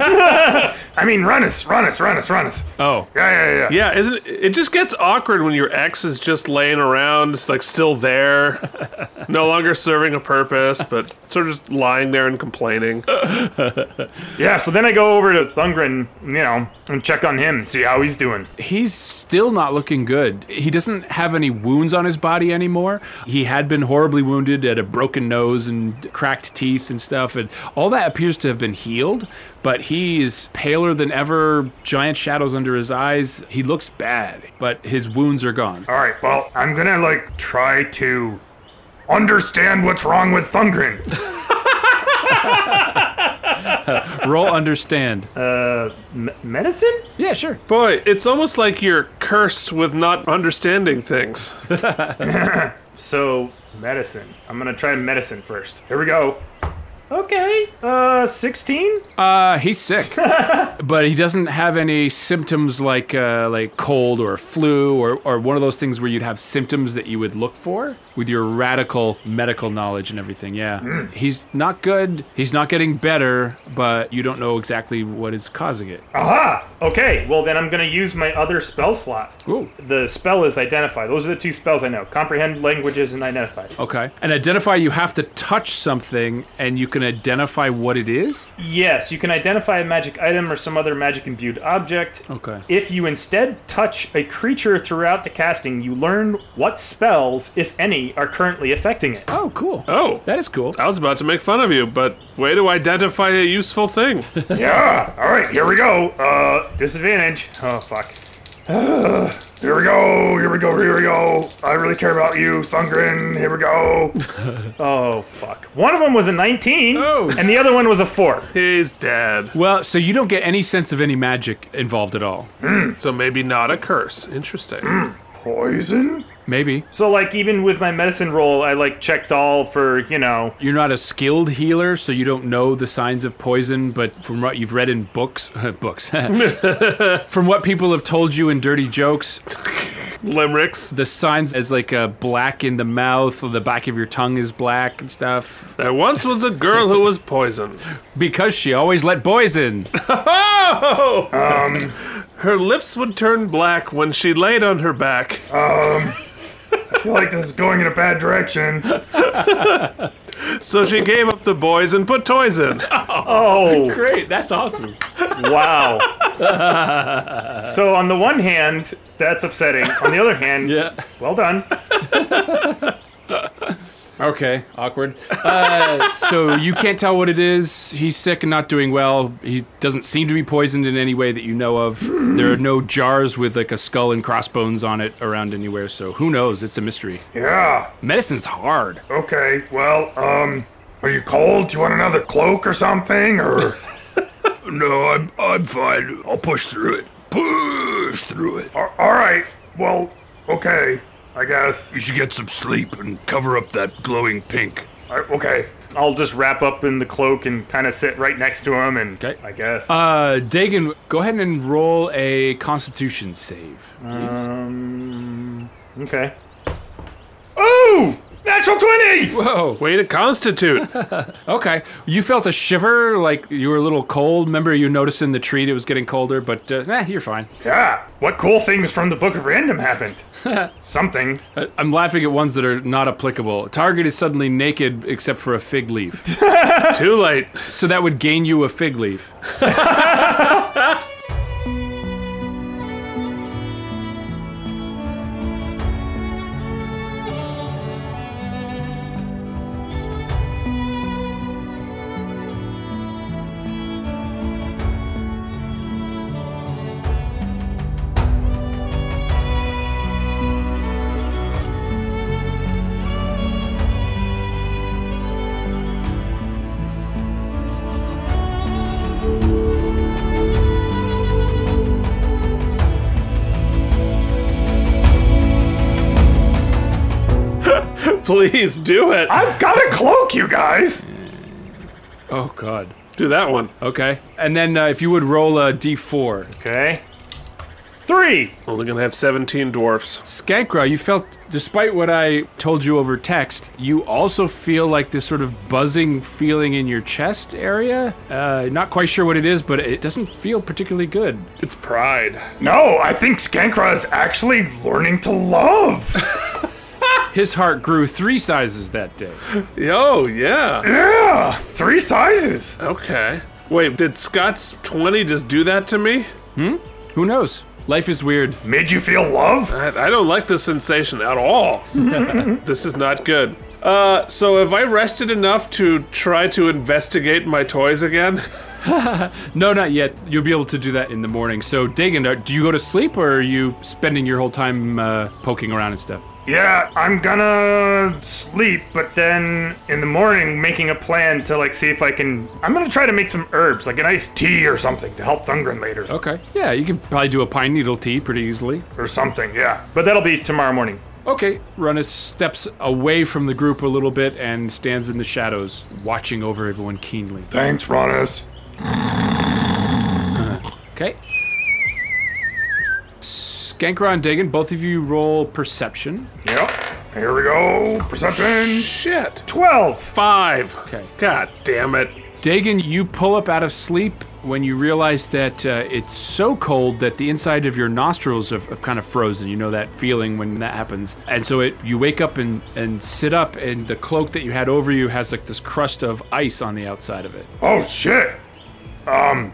S3: I mean, Runus, Runus, Runus, Runus.
S1: Oh,
S3: Yeah, Uh, yeah, yeah.
S4: yeah, isn't it just gets awkward when your ex is just laying around, it's like still there, no longer serving a purpose, but sort of just lying there and complaining.
S3: Yeah, so then I go over to Thungren, you know, and check on him, see how he's doing.
S1: he's still not looking good. He doesn't have any wounds on his body anymore. He had been horribly wounded at a broken nose and cracked teeth and stuff, and all that appears to have been healed, but he is paler than ever, giant shadows under his eyes. He looks bad, but his wounds are gone.
S3: All right, well, I'm gonna, like, try to understand what's wrong with Thungren.
S1: Roll understand.
S3: Uh, m- medicine?
S1: Yeah, sure.
S4: Boy, it's almost like you're cursed with not understanding things.
S3: So medicine. I'm gonna try medicine first. Here we go. Okay. Uh, 16.
S1: Uh, he's sick, but he doesn't have any symptoms like uh, like cold or flu or, or one of those things where you'd have symptoms that you would look for with your radical medical knowledge and everything. Yeah, he's not good. He's not getting better, but you don't know exactly what is causing it.
S3: Aha. Okay. Well, then I'm gonna use my other spell slot.
S1: Ooh.
S3: The spell is identify. Those are the two spells I know: comprehend languages and identify.
S1: Okay. And identify. You have to touch something, and you can identify what it is.
S3: Yes, you can identify a magic item or some other magic imbued object.
S1: Okay.
S3: If you instead touch a creature throughout the casting, you learn what spells, if any, are currently affecting it.
S1: Oh, cool.
S4: Oh,
S1: That is cool.
S4: I was about to make fun of you, but way to identify a useful thing.
S3: Yeah. All right. Here we go. Uh, disadvantage. Oh fuck. Ugh. here we go. Here we go. Here we go. I really care about you, Thungren. Here we go. oh fuck. One of them was a 19,
S1: Oh.
S3: and the other one was a four.
S4: He's dead.
S1: Well, so you don't get any sense of any magic involved at all.
S4: So maybe not a curse. Interesting.
S3: Poison.
S1: Maybe.
S3: So like, even with my medicine roll, I like checked all for you know.
S1: You're not a skilled healer, so you don't know the signs of poison. But from what you've read in books, books, from what people have told you in dirty jokes,
S4: Limericks.
S1: the signs as like a black in the mouth, or the back of your tongue is black and stuff.
S4: There once was a girl who was poisoned.
S1: Because she always let boys in.
S4: Oh! Um. Her lips would turn black when she laid on her back.
S3: I feel like this is going in a bad direction.
S4: So she gave up the boys and put toys in.
S3: Oh,
S5: Great, that's awesome.
S3: Wow. so on the one hand, that's upsetting. On the other hand,
S1: Yeah.
S3: well done.
S1: Okay. Awkward. Uh, so you can't tell what it is. He's sick and not doing well. He doesn't seem to be poisoned in any way that you know of. There are no jars with like a skull and crossbones on it around anywhere. So who knows? It's a mystery.
S3: Yeah.
S1: Medicine's hard.
S3: Okay. Well, um, are you cold? Do you want another cloak or something? Or
S2: No, I'm, I'm fine. I'll push through it. Push through it.
S3: all all right. Well, okay. I guess.
S2: You should get some sleep and cover up that glowing pink.
S3: I, okay. I'll just wrap up in the cloak and kind of sit right next to him, and
S1: Okay.
S3: I guess.
S1: Uh, Dagon, go ahead and roll a Constitution save.
S3: um. Okay. Ooh! Natural twenty.
S1: Whoa.
S4: Way to constitute.
S1: Okay. You felt a shiver, like you were a little cold. Remember, you noticed in the tree that it was getting colder, but uh, nah, you're fine.
S3: Yeah. What cool things from the Book of Random happened? Something.
S1: I- I'm laughing at ones that are not applicable. Target is suddenly naked except for a fig leaf.
S4: Too late.
S1: so that would gain you a fig leaf.
S4: Please do it.
S3: I've got a cloak, you guys.
S1: Oh, God.
S4: Do that one.
S1: Okay. And then uh, if you would roll a d4.
S3: Okay. Three.
S4: Only gonna have 17 dwarfs.
S1: Skankra, you felt, despite what I told you over text, you also feel like this sort of buzzing feeling in your chest area. Uh, not quite sure what it is, but it doesn't feel particularly good.
S4: It's pride.
S3: No, I think Skankra is actually learning to love.
S1: His heart grew three sizes that day.
S4: Yo, Oh, yeah.
S3: yeah. Three sizes.
S4: Okay. Wait, did Scott's 20 just do that to me?
S1: Who knows? Life is weird.
S3: Made you feel love?
S4: I, I don't like this sensation at all. this is not good. Uh, so have I rested enough to try to investigate my toys again?
S1: No, not yet. You'll be able to do that in the morning. So, Dagon, are- do you go to sleep or are you spending your whole time uh, poking around and stuff?
S3: Yeah, I'm gonna sleep, but then in the morning, making a plan to like see if I can. I'm gonna try to make some herbs, like an iced tea or something, to help Thungren later
S1: Okay. Yeah, you can probably do a pine needle tea pretty easily.
S3: or something. Yeah, but that'll be tomorrow morning.
S1: Okay. Runus steps away from the group a little bit and stands in the shadows, watching over everyone keenly.
S3: Thanks, Ronus.
S1: Okay. Skankra and Dagon, both of you roll perception.
S3: Yep. Here we go. Perception.
S4: Shit.
S3: Twelve.
S4: Five.
S1: Okay.
S4: God damn it.
S1: Dagon, you pull up out of sleep when you realize that uh, it's so cold that the inside of your nostrils have, have kind of frozen. You know that feeling when that happens. And so it, you wake up and, and sit up, and the cloak that you had over you has like this crust of ice on the outside of it.
S3: Oh shit. Um,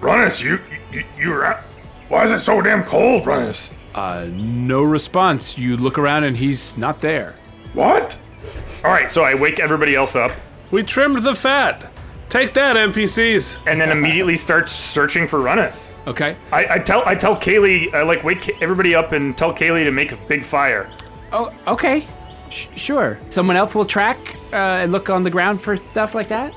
S3: Ronus, you you you were out. Why is it so damn cold, Ronus?
S1: Uh, no response. You look around, and he's not there.
S3: What? All right, so I wake everybody else up.
S4: We trimmed the fat. Take that, NPCs.
S3: and then immediately starts searching for Runus.
S1: Okay.
S3: I, I tell I tell Kaylee I like wake Ka- everybody up and tell Kaylee to make a big fire.
S5: Oh, okay. Sh- sure. Someone else will track uh, and look on the ground for stuff like that?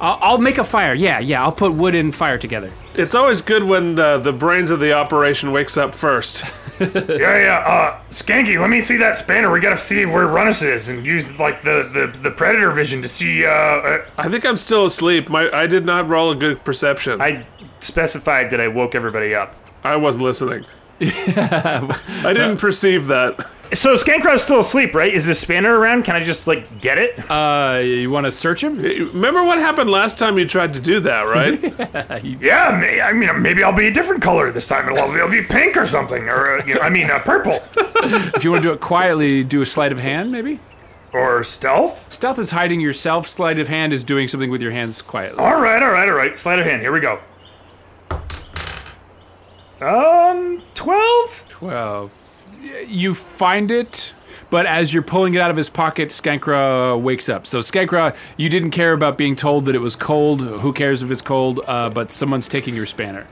S5: I'll, I'll make a fire. Yeah, yeah. I'll put wood and fire together.
S4: It's always good when the, the brains of the operation wakes up first.
S3: Yeah, yeah. Uh, Skanky, let me see that spanner. We gotta see where Runus is and use like the the, the predator vision to see. Uh, uh,
S4: I think I'm still asleep. My I did not roll a good perception. I,
S3: I specified that I woke everybody up.
S4: wasn't listening. I didn't perceive that.
S3: So Scancrow's still asleep, right? Is this spanner around? Can I just like get it?
S1: Uh, you want to search him?
S4: Remember what happened last time you tried to do that, right?
S3: yeah, may, I mean maybe I'll be a different color this time. It'll, it'll be pink or something, or uh, you know, I mean uh, purple
S1: If you want to do it quietly, do a sleight of hand, maybe.
S3: or stealth.
S1: Stealth is hiding yourself. Sleight of hand is doing something with your hands quietly.
S3: All right, all right, all right. Sleight of hand. Here we go. Um, twelve.
S1: Twelve. You find it, but as you're pulling it out of his pocket, Skankra wakes up. So Skankra, you didn't care about being told that it was cold. Who cares if it's cold? Uh, but someone's taking your spanner.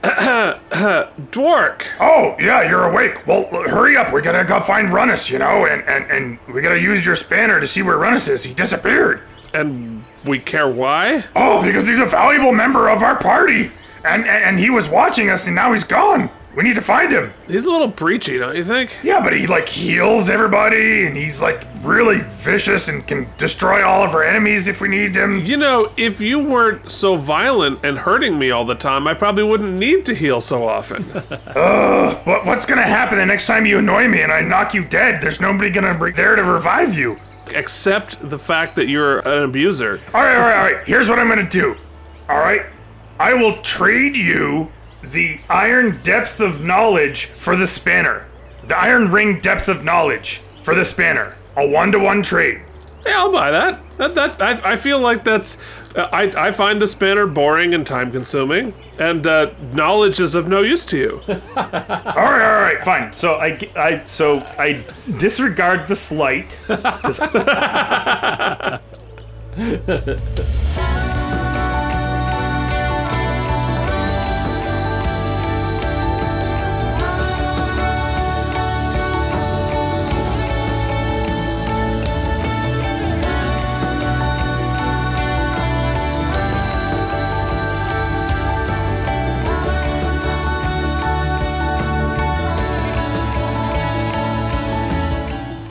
S4: Dwark.
S3: Oh yeah, you're awake. Well, l- hurry up. We gotta go find Runus, you know, and and and we gotta use your spanner to see where Runus is. He disappeared.
S4: And we care why?
S3: Oh, because he's a valuable member of our party, and and, and he was watching us, and now he's gone. We need to find him.
S4: He's a little preachy, don't you think?
S3: Yeah, but he like heals everybody, and he's like really vicious and can destroy all of our enemies if we need him.
S4: You know, if you weren't so violent and hurting me all the time, I probably wouldn't need to heal so often.
S3: But what's gonna happen the next time you annoy me and I knock you dead? There's nobody gonna be there to revive you.
S4: Except the fact that you're an abuser.
S3: All right, all right, all right. Here's what I'm gonna do. All right, I will trade you the iron depth of knowledge for the spanner, the iron ring depth of knowledge for the spanner. A one-to-one trade.
S4: Yeah, I'll buy that. That that I, I feel like that's I I find the spanner boring and time consuming, and uh, knowledge is of no use to you.
S3: All right, all right, fine. So I, g- I- so I disregard the slight.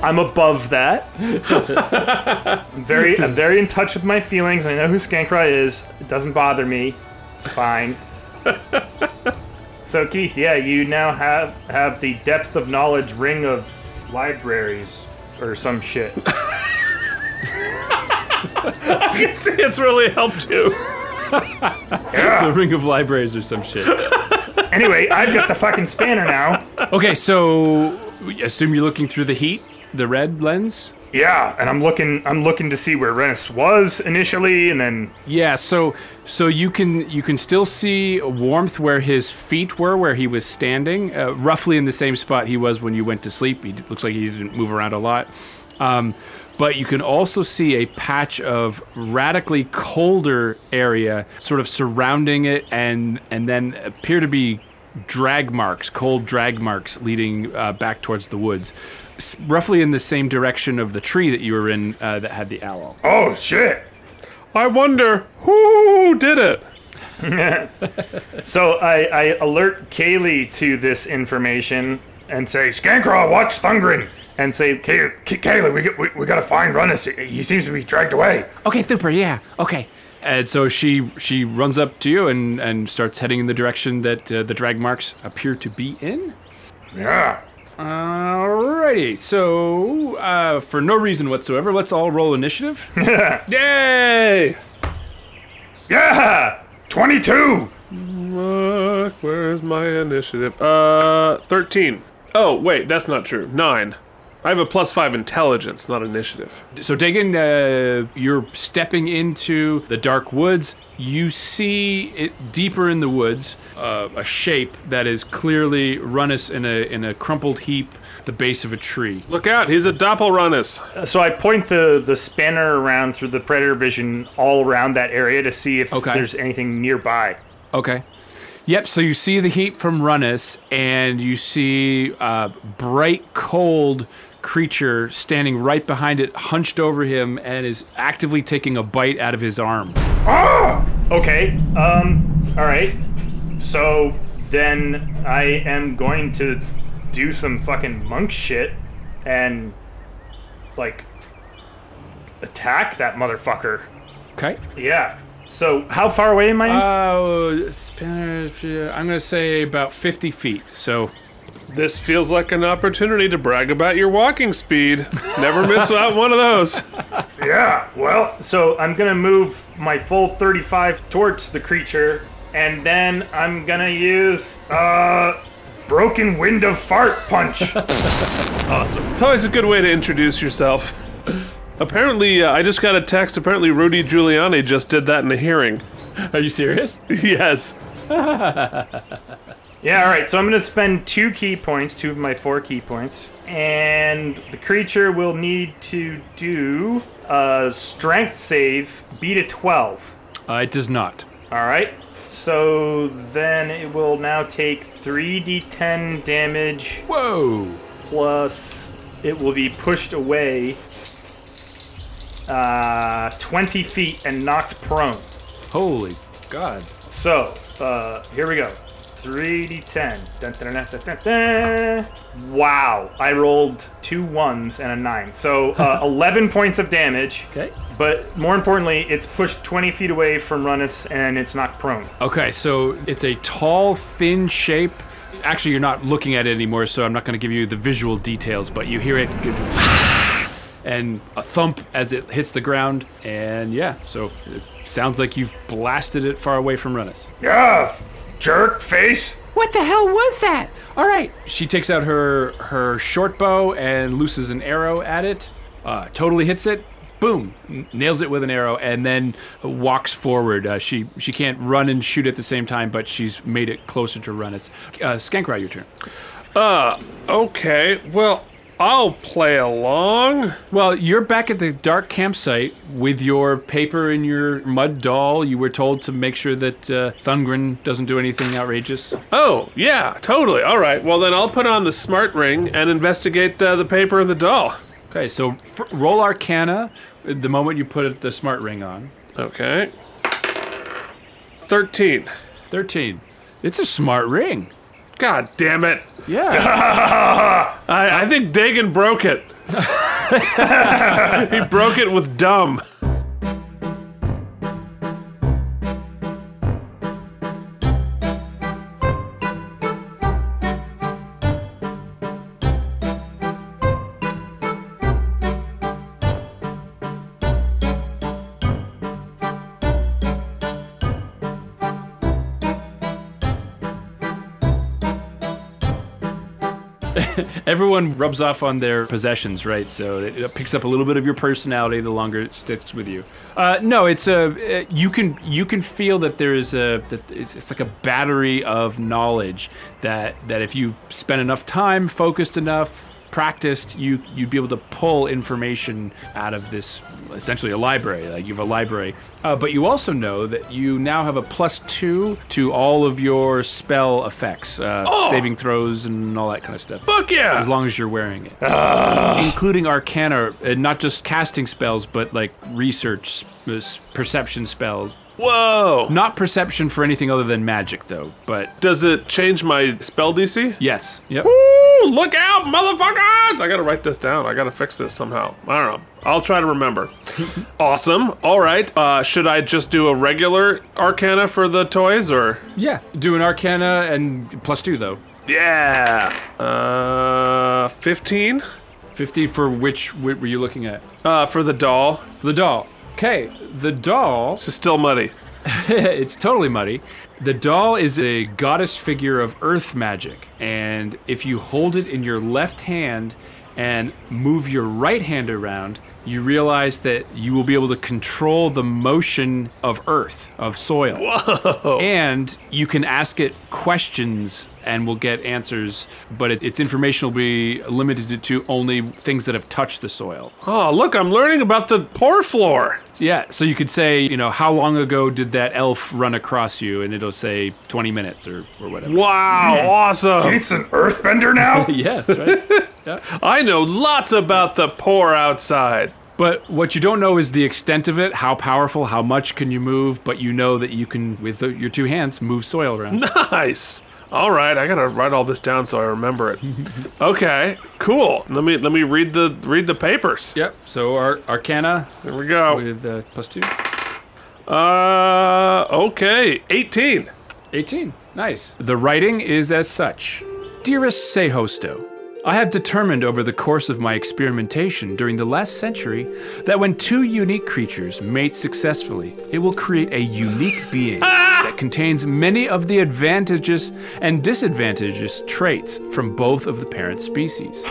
S3: I'm above that. I'm very, I'm very in touch with my feelings. I know who Skankra is. It doesn't bother me. It's fine. so Keith, yeah, you now have have the depth of knowledge ring of libraries or some shit.
S4: See, it's really helped you.
S1: the Ring of Libraries or some shit.
S3: anyway, I've got the fucking spanner now.
S1: Okay, so we assume you're looking through the heat, the red lens.
S3: Yeah, and I'm looking, I'm looking to see where Renus was initially, and then
S1: Yeah, so so you can you can still see warmth where his feet were, where he was standing, uh, roughly in the same spot he was when you went to sleep. He d- looks like he didn't move around a lot, um, but you can also see a patch of radically colder area sort of surrounding it, and and then appear to be drag marks, cold drag marks leading uh, back towards the woods, s- roughly in the same direction of the tree that you were in uh, that had the owl.
S3: oh shit.
S4: I wonder who did it.
S3: So I, I alert Kaylee to this information and say, Skankra, watch Thungren! And say, Kay- Kay- Kaylee, we, got- we, we gotta find Runus. He he seems to be dragged away.
S5: Okay, super. Yeah. Okay.
S1: And so she she runs up to you and, and starts heading in the direction that uh, the drag marks appear to be in.
S3: Yeah.
S1: Alrighty, so uh, for no reason whatsoever, let's all roll initiative.
S4: Yay!
S3: Yeah! 22!
S4: Look, where's my initiative? Uh, thirteen. Oh wait, that's not true. Nine. I have a plus five intelligence, not initiative.
S1: so Dagon, uh, you're stepping into the dark woods. You see it deeper in the woods uh, a shape that is clearly Runus in a in a crumpled heap at the base of a tree.
S4: Look out, he's a doppelrunnus.
S3: Uh, So I point the, the spanner around through the predator vision all around that area to see if
S1: Okay.
S3: there's anything nearby.
S1: Okay. Yep. So you see the heat from Runus, and you see a bright, cold creature standing right behind it, hunched over him, and is actively taking a bite out of his arm.
S3: Okay, um, alright. So then I am going to do some fucking monk shit and, like, attack that motherfucker.
S1: Okay.
S3: Yeah. So how far
S1: Uh,
S3: away am I?
S1: Oh, uh, I'm gonna say about 50 feet. So
S4: This feels like an opportunity to brag about your walking speed. Never miss out one of those.
S3: Yeah, well, so I'm gonna move my full 35 towards the creature, and then I'm gonna use, uh, Broken Wind of Fart Punch.
S4: It's always a good way to introduce yourself. Apparently, uh, I just got a text. Apparently, Rudy Giuliani just did that in a hearing.
S1: Are you serious?
S4: yes.
S3: yeah, alright, so I'm gonna spend two key points, two of my four key points, and the creature will need to do a strength save, beat a 12.
S1: Uh, it does not.
S3: All right. So then it will now take 3d10 damage
S1: Whoa.
S3: plus it will be pushed away uh, 20 feet and knocked prone.
S1: Holy God.
S3: So uh, here we go. 3d10. Dun, dun, dun, dun, dun, dun, dun. Wow. I rolled two ones and a nine. So uh, 11 points of damage.
S1: Okay.
S3: But more importantly, it's pushed 20 feet away from Runus and it's knocked prone.
S1: Okay, so it's a tall, thin shape. Actually, you're not looking at it anymore, so I'm not going to give you the visual details, but you hear it and a thump as it hits the ground. And yeah, so it sounds like you've blasted it far away from Renus.
S3: Yeah, jerk face.
S5: What the hell was that? All right.
S1: She takes out her her short bow and looses an arrow at it. Uh, totally hits it. Boom! N- Nails it with an arrow, and then walks forward. Uh, she she can't run and shoot at the same time, but she's made it closer to Renus. Uh, Skankrai, your turn.
S4: Uh, okay. Well, I'll play along.
S1: Well, you're back at the dark campsite with your paper and your mud doll. You were told to make sure that uh, Thungren doesn't do anything outrageous.
S4: Oh, yeah, totally. All right. Well, then I'll put on the smart ring and investigate uh, the paper and the doll.
S1: Okay, so f- roll Arcana uh, the moment you put the smart ring on.
S4: Okay. 13.
S1: 13. It's a smart ring.
S4: God damn it.
S1: Yeah.
S4: I, I think Dagon broke it. he broke it with dumb.
S1: Everyone rubs off on their possessions, right? So it, it picks up a little bit of your personality the longer it sticks with you. Uh, no, it's a uh, you can you can feel that there is a that it's, it's like a battery of knowledge that that if you spend enough time, focused enough, practiced, you you'd be able to pull information out of this essentially a library. Like you have a library, uh, but you also know that you now have a plus two to all of your spell effects, uh, saving throws, and all that kind of stuff.
S4: Fuck yeah.
S1: As long as you're wearing it, including arcana, and not just casting spells, but like research, uh, s- perception spells.
S4: Whoa.
S1: Not perception for anything other than magic, though. But
S4: Does it change my spell DC?
S1: yes, yep.
S4: Woo! Look out, motherfuckers! I gotta write this down. I gotta fix this somehow. I don't know. I'll try to remember. awesome. All right. Uh, should I just do a regular Arcana for the toys, or?
S1: Yeah, do an arcana and plus two though.
S4: Yeah. Uh, fifteen.
S1: 50 for which what were you looking at?
S4: Uh, for the doll.
S1: The doll. Okay, the doll,
S4: It's still muddy.
S1: it's totally muddy. The doll is a goddess figure of earth magic. And if you hold it in your left hand and move your right hand around, you realize that you will be able to control the motion of earth, of soil. And you can ask it questions and will get answers, but it, its information will be limited to only things that have touched the soil.
S4: Oh, look! I'm learning about the poor floor.
S1: Yeah, so you could say, you know, how long ago did that elf run across you? And it'll say 20 minutes or, or whatever.
S4: Wow! Awesome.
S3: It's an earthbender now?
S1: Yeah, that's right.
S4: I know lots about the poor outside.
S1: but what you don't know is the extent of it, how powerful, how much can you move, but you know that you can, with the, your two hands, move soil around.
S4: Nice. All right, I gotta write all this down so I remember it. okay, cool. Let me let me read the read the papers.
S1: Yep, so our Arcana
S4: There we go.
S1: with uh, plus two.
S4: Uh, okay, eighteen.
S1: 18. Nice. The writing is as such. Dearest Seihosto, I have determined over the course of my experimentation during the last century that when two unique creatures mate successfully, it will create a unique being that contains many of the advantages and disadvantages traits from both of the parent species.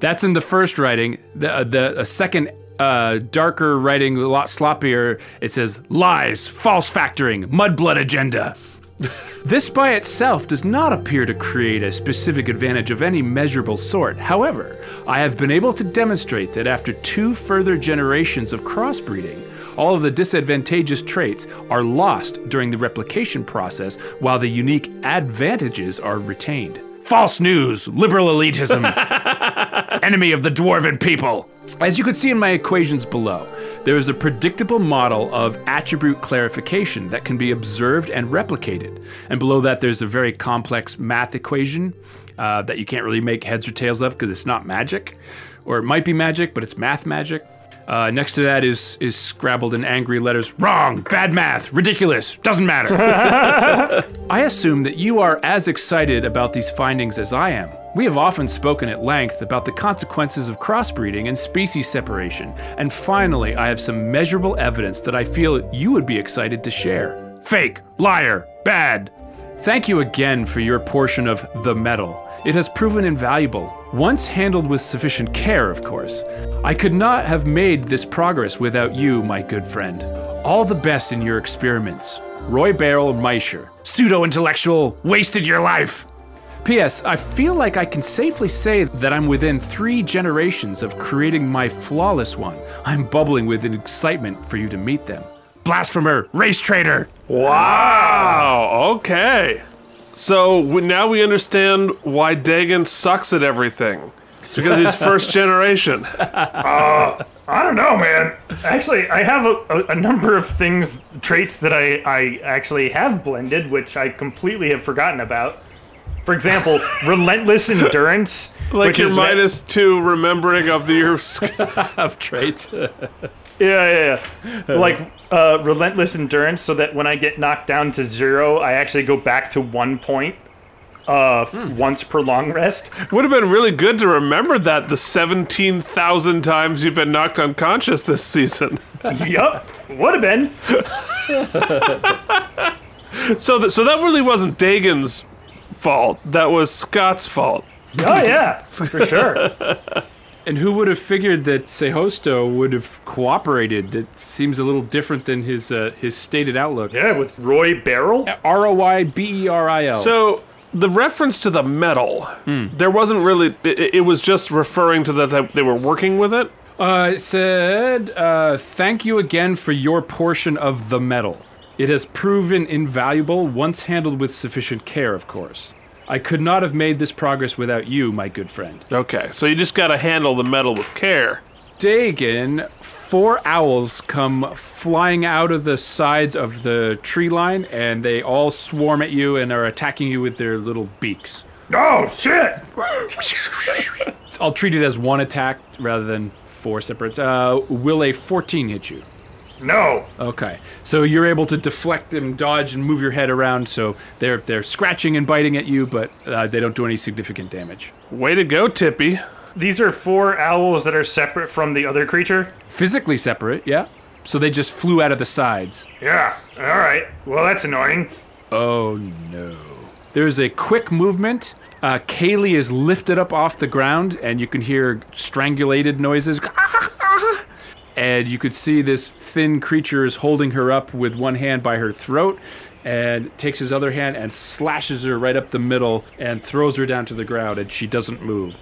S1: That's in the first writing. The uh, the a second uh, darker writing, a lot sloppier. It says lies, false factoring, mudblood agenda. This by itself does not appear to create a specific advantage of any measurable sort. However, I have been able to demonstrate that after two further generations of crossbreeding, all of the disadvantageous traits are lost during the replication process while the unique advantages are retained. False news, liberal elitism, enemy of the dwarven people. As you can see in my equations below, there is a predictable model of attribute clarification that can be observed and replicated. And below that, there's a very complex math equation uh, that you can't really make heads or tails of because it's not magic, or it might be magic, but it's math magic. Uh, next to that is is scrabbled in angry letters. Wrong, bad math, ridiculous, doesn't matter. I assume that you are as excited about these findings as I am. We have often spoken at length about the consequences of crossbreeding and species separation, and finally, I have some measurable evidence that I feel you would be excited to share. Fake, liar, bad. Thank you again for your portion of the medal. It has proven invaluable, once handled with sufficient care, of course. I could not have made this progress without you, my good friend. All the best in your experiments. Roy Barrel Meischer, pseudo intellectual, wasted your life. P.S. I feel like I can safely say that I'm within three generations of creating my flawless one. I'm bubbling with excitement for you to meet them. Blasphemer, race traitor!
S4: Wow. Oh, Okay. So we, now we understand why Dagon sucks at everything. It's because he's first generation.
S3: I don't know, man. Actually, I have a, a, a number of things, traits that I, I actually have blended, which I completely have forgotten about. For example, relentless endurance.
S4: Like
S3: which
S4: you're
S3: is-
S4: minus two remembering of the year. sc-
S1: Of traits.
S3: Yeah, yeah, yeah. like uh, relentless endurance, so that when I get knocked down to zero, I actually go back to one point uh, f- once per long rest.
S4: Would have been really good to remember that the 17,000 times you've been knocked unconscious this season.
S3: yup, would have been.
S4: So that so that really wasn't Dagon's fault. That was Scott's fault.
S3: Oh yeah, for sure.
S1: And who would have figured that Sehosto would have cooperated? That seems a little different than his uh, his stated outlook.
S3: Yeah, with Roy Barrel.
S1: R O Y B E R I L.
S4: So the reference to the metal, there wasn't really. It, it was just referring to that that they were working with it.
S1: Uh, it said, uh, thank you again for your portion of the medal. It has proven invaluable once handled with sufficient care, of course. I could not have made this progress without you, my good friend.
S4: Okay, so you just got to handle the metal with care.
S1: Dagon, four owls come flying out of the sides of the tree line, and they all swarm at you and are attacking you with their little beaks.
S3: Oh shit!
S1: I'll treat it as one attack rather than four separate. Uh, will a 14 hit you?
S3: No.
S1: Okay, so you're able to deflect them, dodge, and move your head around. So they're they're scratching and biting at you, but uh, they don't do any significant damage.
S4: Way to go, Tippy.
S3: These are four owls that are separate from the other creature.
S1: Physically separate, yeah. So they just flew out of the sides.
S3: Yeah. All right. Well, that's annoying.
S1: Oh no! There's a quick movement. Uh, Kaylee is lifted up off the ground, and you can hear strangulated noises. and you could see this thin creature is holding her up with one hand by her throat and takes his other hand and slashes her right up the middle and throws her down to the ground and she doesn't move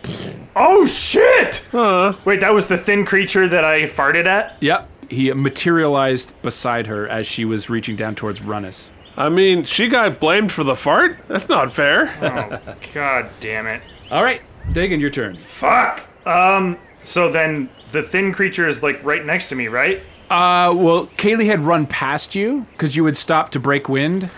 S3: Oh shit! Wait, that was the thin creature that I farted at.
S1: yep he materialized beside her as she was reaching down towards runnis
S4: I mean, she got blamed for the fart. That's not fair.
S3: Oh god damn it!
S1: all right dagon your turn
S3: Fuck. Um. So then the thin creature is like right next to me, right?
S1: Uh, well, Kaylee had run past you because you had stopped to break wind.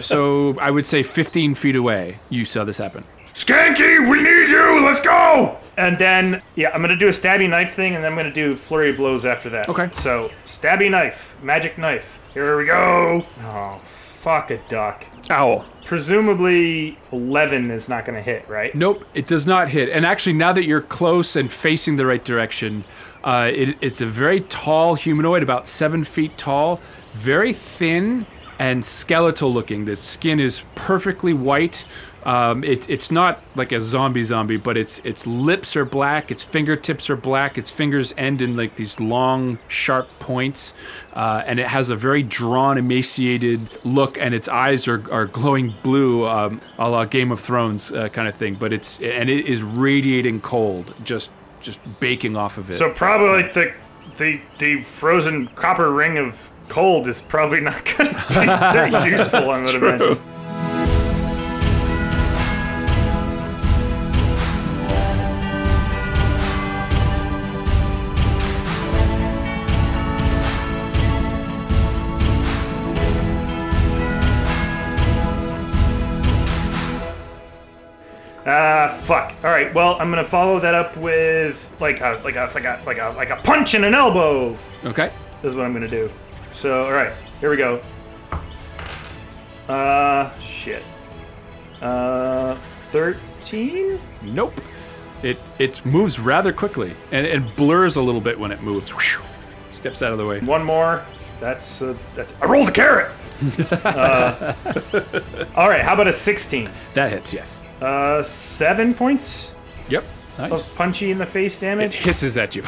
S1: so I would say 15 feet away, you saw this happen.
S3: Skanky, we need you. Let's go. And then yeah, I'm gonna do a stabby knife thing, and then I'm gonna do flurry of blows after that.
S1: Okay.
S3: So stabby knife, magic knife. Here we go. Oh Fuck a duck.
S4: Owl.
S3: Presumably, 11 is not going to hit, right?
S1: Nope, it does not hit. And actually, now that you're close and facing the right direction, uh, it, it's a very tall humanoid, about seven feet tall, very thin and skeletal looking. The skin is perfectly white. Um, it, it's not like a zombie zombie, but its its lips are black, its fingertips are black, its fingers end in like these long, sharp points, uh, and it has a very drawn, emaciated look, and its eyes are, are glowing blue, um, a la Game of Thrones uh, kind of thing. But it's and it is radiating cold, just just baking off of it.
S3: So probably like the the the frozen copper ring of cold is probably not going to be very useful. I would imagine. Ah, fuck. All right. Well, I'm gonna follow that up with like a like a like a like a like a punch and an elbow.
S1: okay,
S3: This is what I'm gonna do. So, all right, here we go. Uh, shit. Uh, thirteen.
S1: nope. It it moves rather quickly and it blurs a little bit when it moves. Whew. Steps out of the way.
S3: One more. That's uh, that's. I rolled a carrot. uh, all right. How about a sixteen?
S1: That hits, yes.
S3: Uh, seven points
S1: Yep. Nice.
S3: of punchy in the face
S1: It
S3: damage.
S1: hisses at you.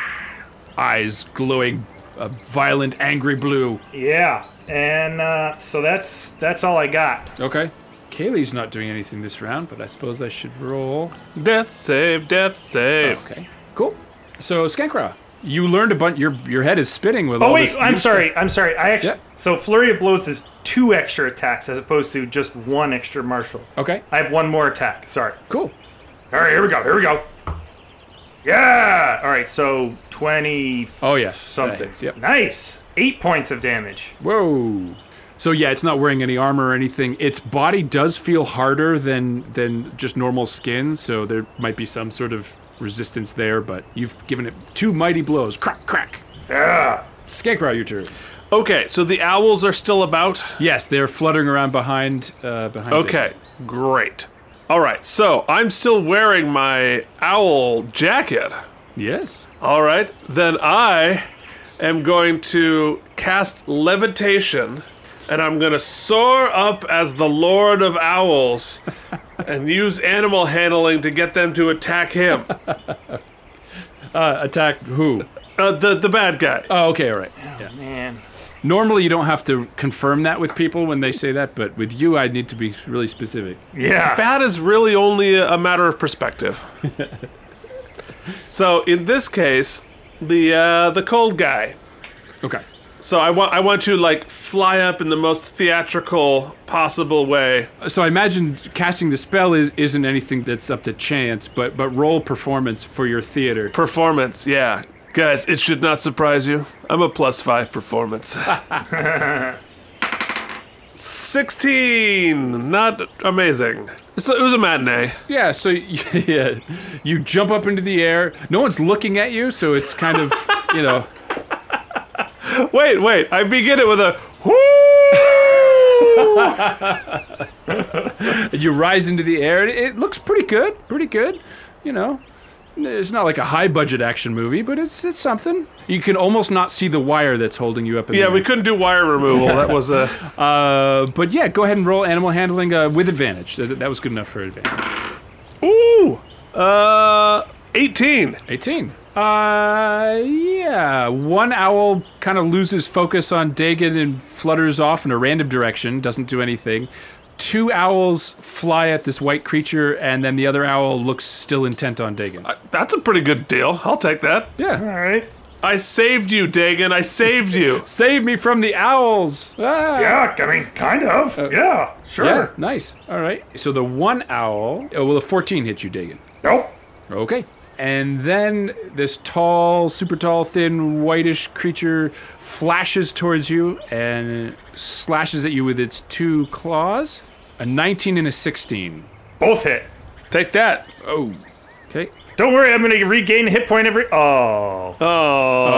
S1: Eyes glowing a violent, angry blue.
S3: Yeah. And uh, so that's that's all I got.
S1: Okay. Kaylee's not doing anything this round, but I suppose I should roll.
S4: Death save, death save.
S1: Okay. Cool. So, Skankra, you learned a bunch. Your your head is spinning with
S3: Oh
S1: all
S3: wait,
S1: this.
S3: I'm
S1: new stuff.
S3: sorry. I'm sorry. I actually
S1: Yeah.
S3: so flurry of blows is two extra attacks as opposed to just one extra martial.
S1: Okay.
S3: I have one more attack. Sorry.
S1: Cool.
S3: All right, here we go. Here we go. Yeah. All right, so 20
S1: Oh yeah. That
S3: something.
S1: hits, Yep.
S3: Nice. 8 points of damage.
S1: Whoa. So yeah, it's not wearing any armor or anything. Its body does feel harder than than just normal skin, so there might be some sort of resistance there. But you've given it two mighty blows. Crack, crack.
S3: Yeah.
S1: Skankra, your turn.
S4: Okay, so the owls are still about.
S1: Yes, they're fluttering around behind. Uh, behind.
S4: Okay, great. All right, so I'm still wearing my owl jacket.
S1: David. Yes.
S4: All right, then I am going to cast levitation and I'm going to soar up as the Lord of Owls and use animal handling to get them to attack him.
S1: Uh, attack who?
S4: Uh, the, the bad guy.
S1: Oh, okay, all right. Yeah.
S3: Man.
S1: Normally, you don't have to confirm that with people when they say that, but with you, I need to be really specific.
S3: Yeah.
S4: Bad is really only a a matter of perspective. so in this case, the uh, the cold guy
S1: Okay.
S4: So I want I want to like fly up in the most theatrical possible way.
S1: So I imagine casting the spell is, isn't anything that's up to chance, but but role performance for your theater.
S4: Performance, yeah. Guys, it should not surprise you. I'm a plus five performance. Sixteen, not amazing. So it was a matinee.
S1: Yeah. So y- yeah, you jump up into the air. No one's looking at you, so it's kind of you know.
S4: Wait, wait. I begin it with a whoo.
S1: you rise into the air. It, it looks pretty good, pretty good. You know, it's not like a high budget action movie, but it's it's something. You can almost not see the wire that's holding you up. In
S4: yeah,
S1: the
S4: we
S1: air.
S4: couldn't do wire removal. That was a
S1: Uh, but yeah, go ahead and roll animal handling uh, with advantage. That, that was good enough for advantage.
S4: ooh. Uh, eighteen.
S1: Eighteen. Uh, yeah. One owl kind of loses focus on Dagon and flutters off in a random direction. Doesn't do anything. Two owls fly at this white creature, and then the other owl looks still intent on Dagon.
S4: That's a pretty good deal. I'll take that.
S1: yeah.
S3: All right.
S4: I saved you, Dagon. I saved you.
S1: Save me from the owls! Ah!
S3: Yeah, I mean kind of. yeah. Sure.
S1: Uh, Yeah, nice. All right. So the one owl. Oh, well, the 14 hit you, Dagon.
S3: Nope.
S1: Okay. And then this tall, super tall, thin, whitish creature flashes towards you and slashes at you with its two claws a 19 and a 16.
S3: Both hit.
S4: Take that.
S1: Oh. Okay.
S3: Don't worry, I'm going to regain a hit point every Oh.
S4: Oh.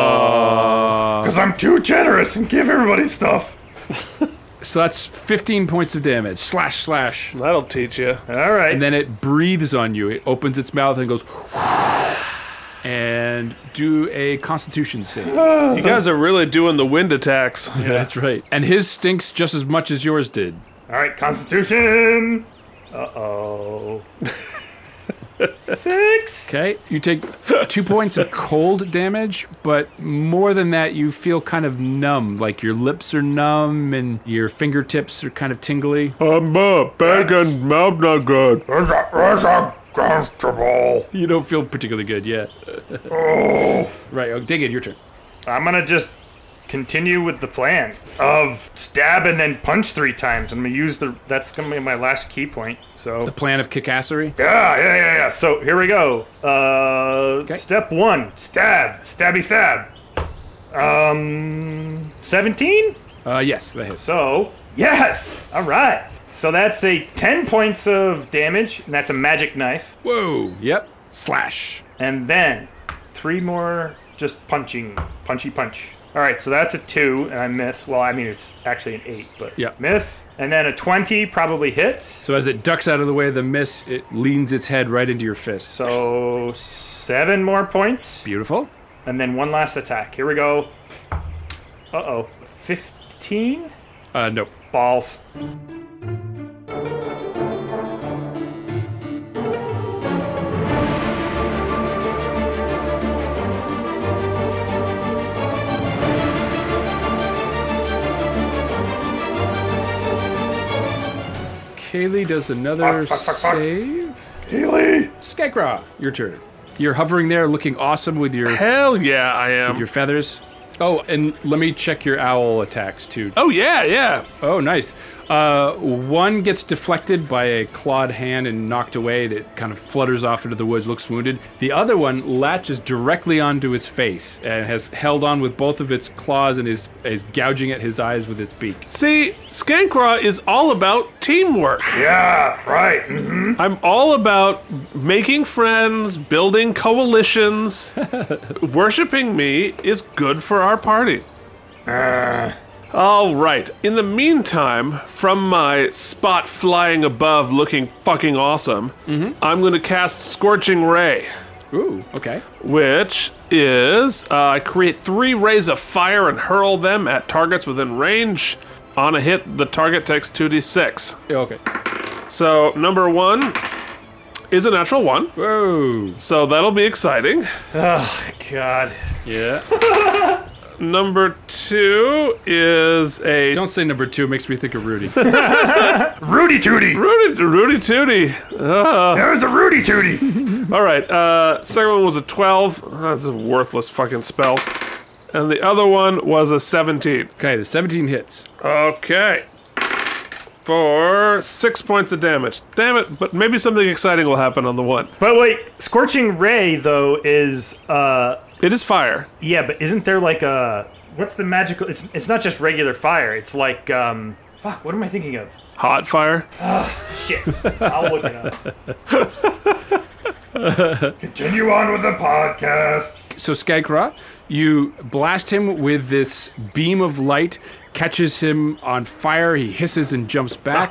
S3: Cuz I'm too generous and give everybody stuff.
S1: So that's 15 points of damage. Slash, slash.
S4: That'll teach you.
S3: All right.
S1: And then it breathes on you. It opens its mouth and goes. And do a constitution save.
S4: You guys are really doing the wind attacks.
S1: That's right. And his stinks just as much as yours did.
S3: All right, Constitution. Uh oh. Six.
S1: Okay. You take two points of cold damage, but more than that, you feel kind of numb. Like your lips are numb and your fingertips are kind of tingly. Oh,
S2: I'm up, back
S3: That's-
S2: and mouth not good.
S3: Is that, is that comfortable?
S1: You don't feel particularly good yet. Right. Oh, dig it. Your turn.
S3: I'm gonna just continue with the plan of stab and then punch three times. I'm gonna use the. That's gonna be my last key point. So.
S1: The plan of kickassery.
S3: Yeah, yeah, yeah, yeah. So here we go. Uh, Step one: stab, stabby, stab. Um, seventeen.
S1: Uh, yes, that hits.
S3: So yes, all right. So that's a ten points of damage, and that's a magic knife.
S1: Whoa. Yep. Slash.
S3: And then three more just punching, punchy punch. All right, so that's a two, and I miss. Well, I mean it's actually an eight, but
S1: Yeah.
S3: miss. And then a twenty probably hits.
S1: So as it ducks out of the way of the miss, it leans its head right into your fist.
S3: So seven more points.
S1: Beautiful.
S3: And then one last attack. Here we go. Uh oh. 15?
S1: Uh, nope.
S3: Balls.
S1: Kaylee does another
S3: Fuck, fuck, fuck, fuck.
S1: save. Kaylee. Skycraw, your turn. You're hovering there, looking awesome with your
S4: Hell yeah, I am.
S1: your feathers. Oh, and let me check your owl attacks too.
S4: Oh yeah, yeah.
S1: Oh, nice. Uh, one gets deflected by a clawed hand and knocked away. That kind of flutters off into the woods, looks wounded. The other one latches directly onto its face and has held on with both of its claws and is is gouging at his eyes with its beak.
S4: See, Skankra is all about teamwork.
S3: Yeah, right. mhm.
S4: I'm all about making friends, building coalitions. Worshipping me is good for our party.
S3: Uh.
S4: All right. In the meantime, from my spot flying above looking fucking awesome,
S3: Mm-hmm.
S4: I'm going to cast Scorching Ray,
S1: Ooh, okay.
S4: which is uh, I create three rays of fire and hurl them at targets within range. On a hit, the target takes 2d6.
S1: Yeah, Okay.
S4: So, number one is a natural one.
S1: Whoa.
S4: So that'll be exciting.
S3: God.
S1: Yeah.
S4: Number two is a
S1: Don't say number two. It makes me think of Rudy.
S3: Rudy Tooty.
S4: Rudy, Rudy Tooty. Uh,
S3: There's a Rudy Tooty.
S4: all right. Uh, second one was a 12. Uh, That's a worthless fucking spell. And the other one was a 17.
S1: okay, the 17 hits.
S4: Okay. For six points of damage. Damn it, but maybe something exciting will happen on the one.
S3: but wait, Scorching Ray, though, is. uh
S4: It is fire.
S3: Yeah, but isn't there like a. What's the magical. It's, it's not just regular fire. It's like. um Fuck, what am I thinking of?
S4: Hot fire.
S3: Shit. I'll look it up. Continue on with the podcast.
S1: So Skagra, you blast him with this beam of light, catches him on fire. He hisses and jumps back.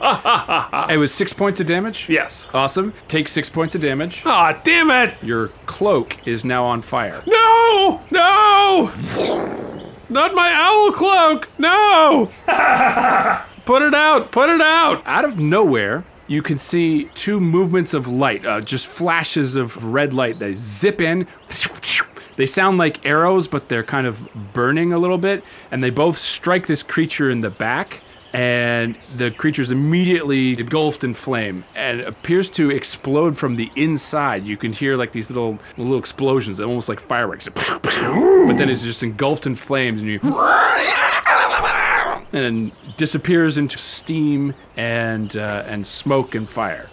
S1: it was six points of damage.
S4: Yes.
S1: Awesome. Take six points of damage.
S4: Ah, damn it.
S1: Your cloak is now on fire.
S4: No! No! Not my owl cloak! No! Put it out! Put it out!
S1: Out of nowhere, you can see two movements of light, uh, just flashes of red light. They zip in. They sound like arrows, but they're kind of burning a little bit. And they both strike this creature in the back. And the creature's immediately engulfed in flame and appears to explode from the inside. You can hear like these little little explosions, almost like fireworks. But then it's just engulfed in flames, and you and disappears into steam and uh, and smoke and fire.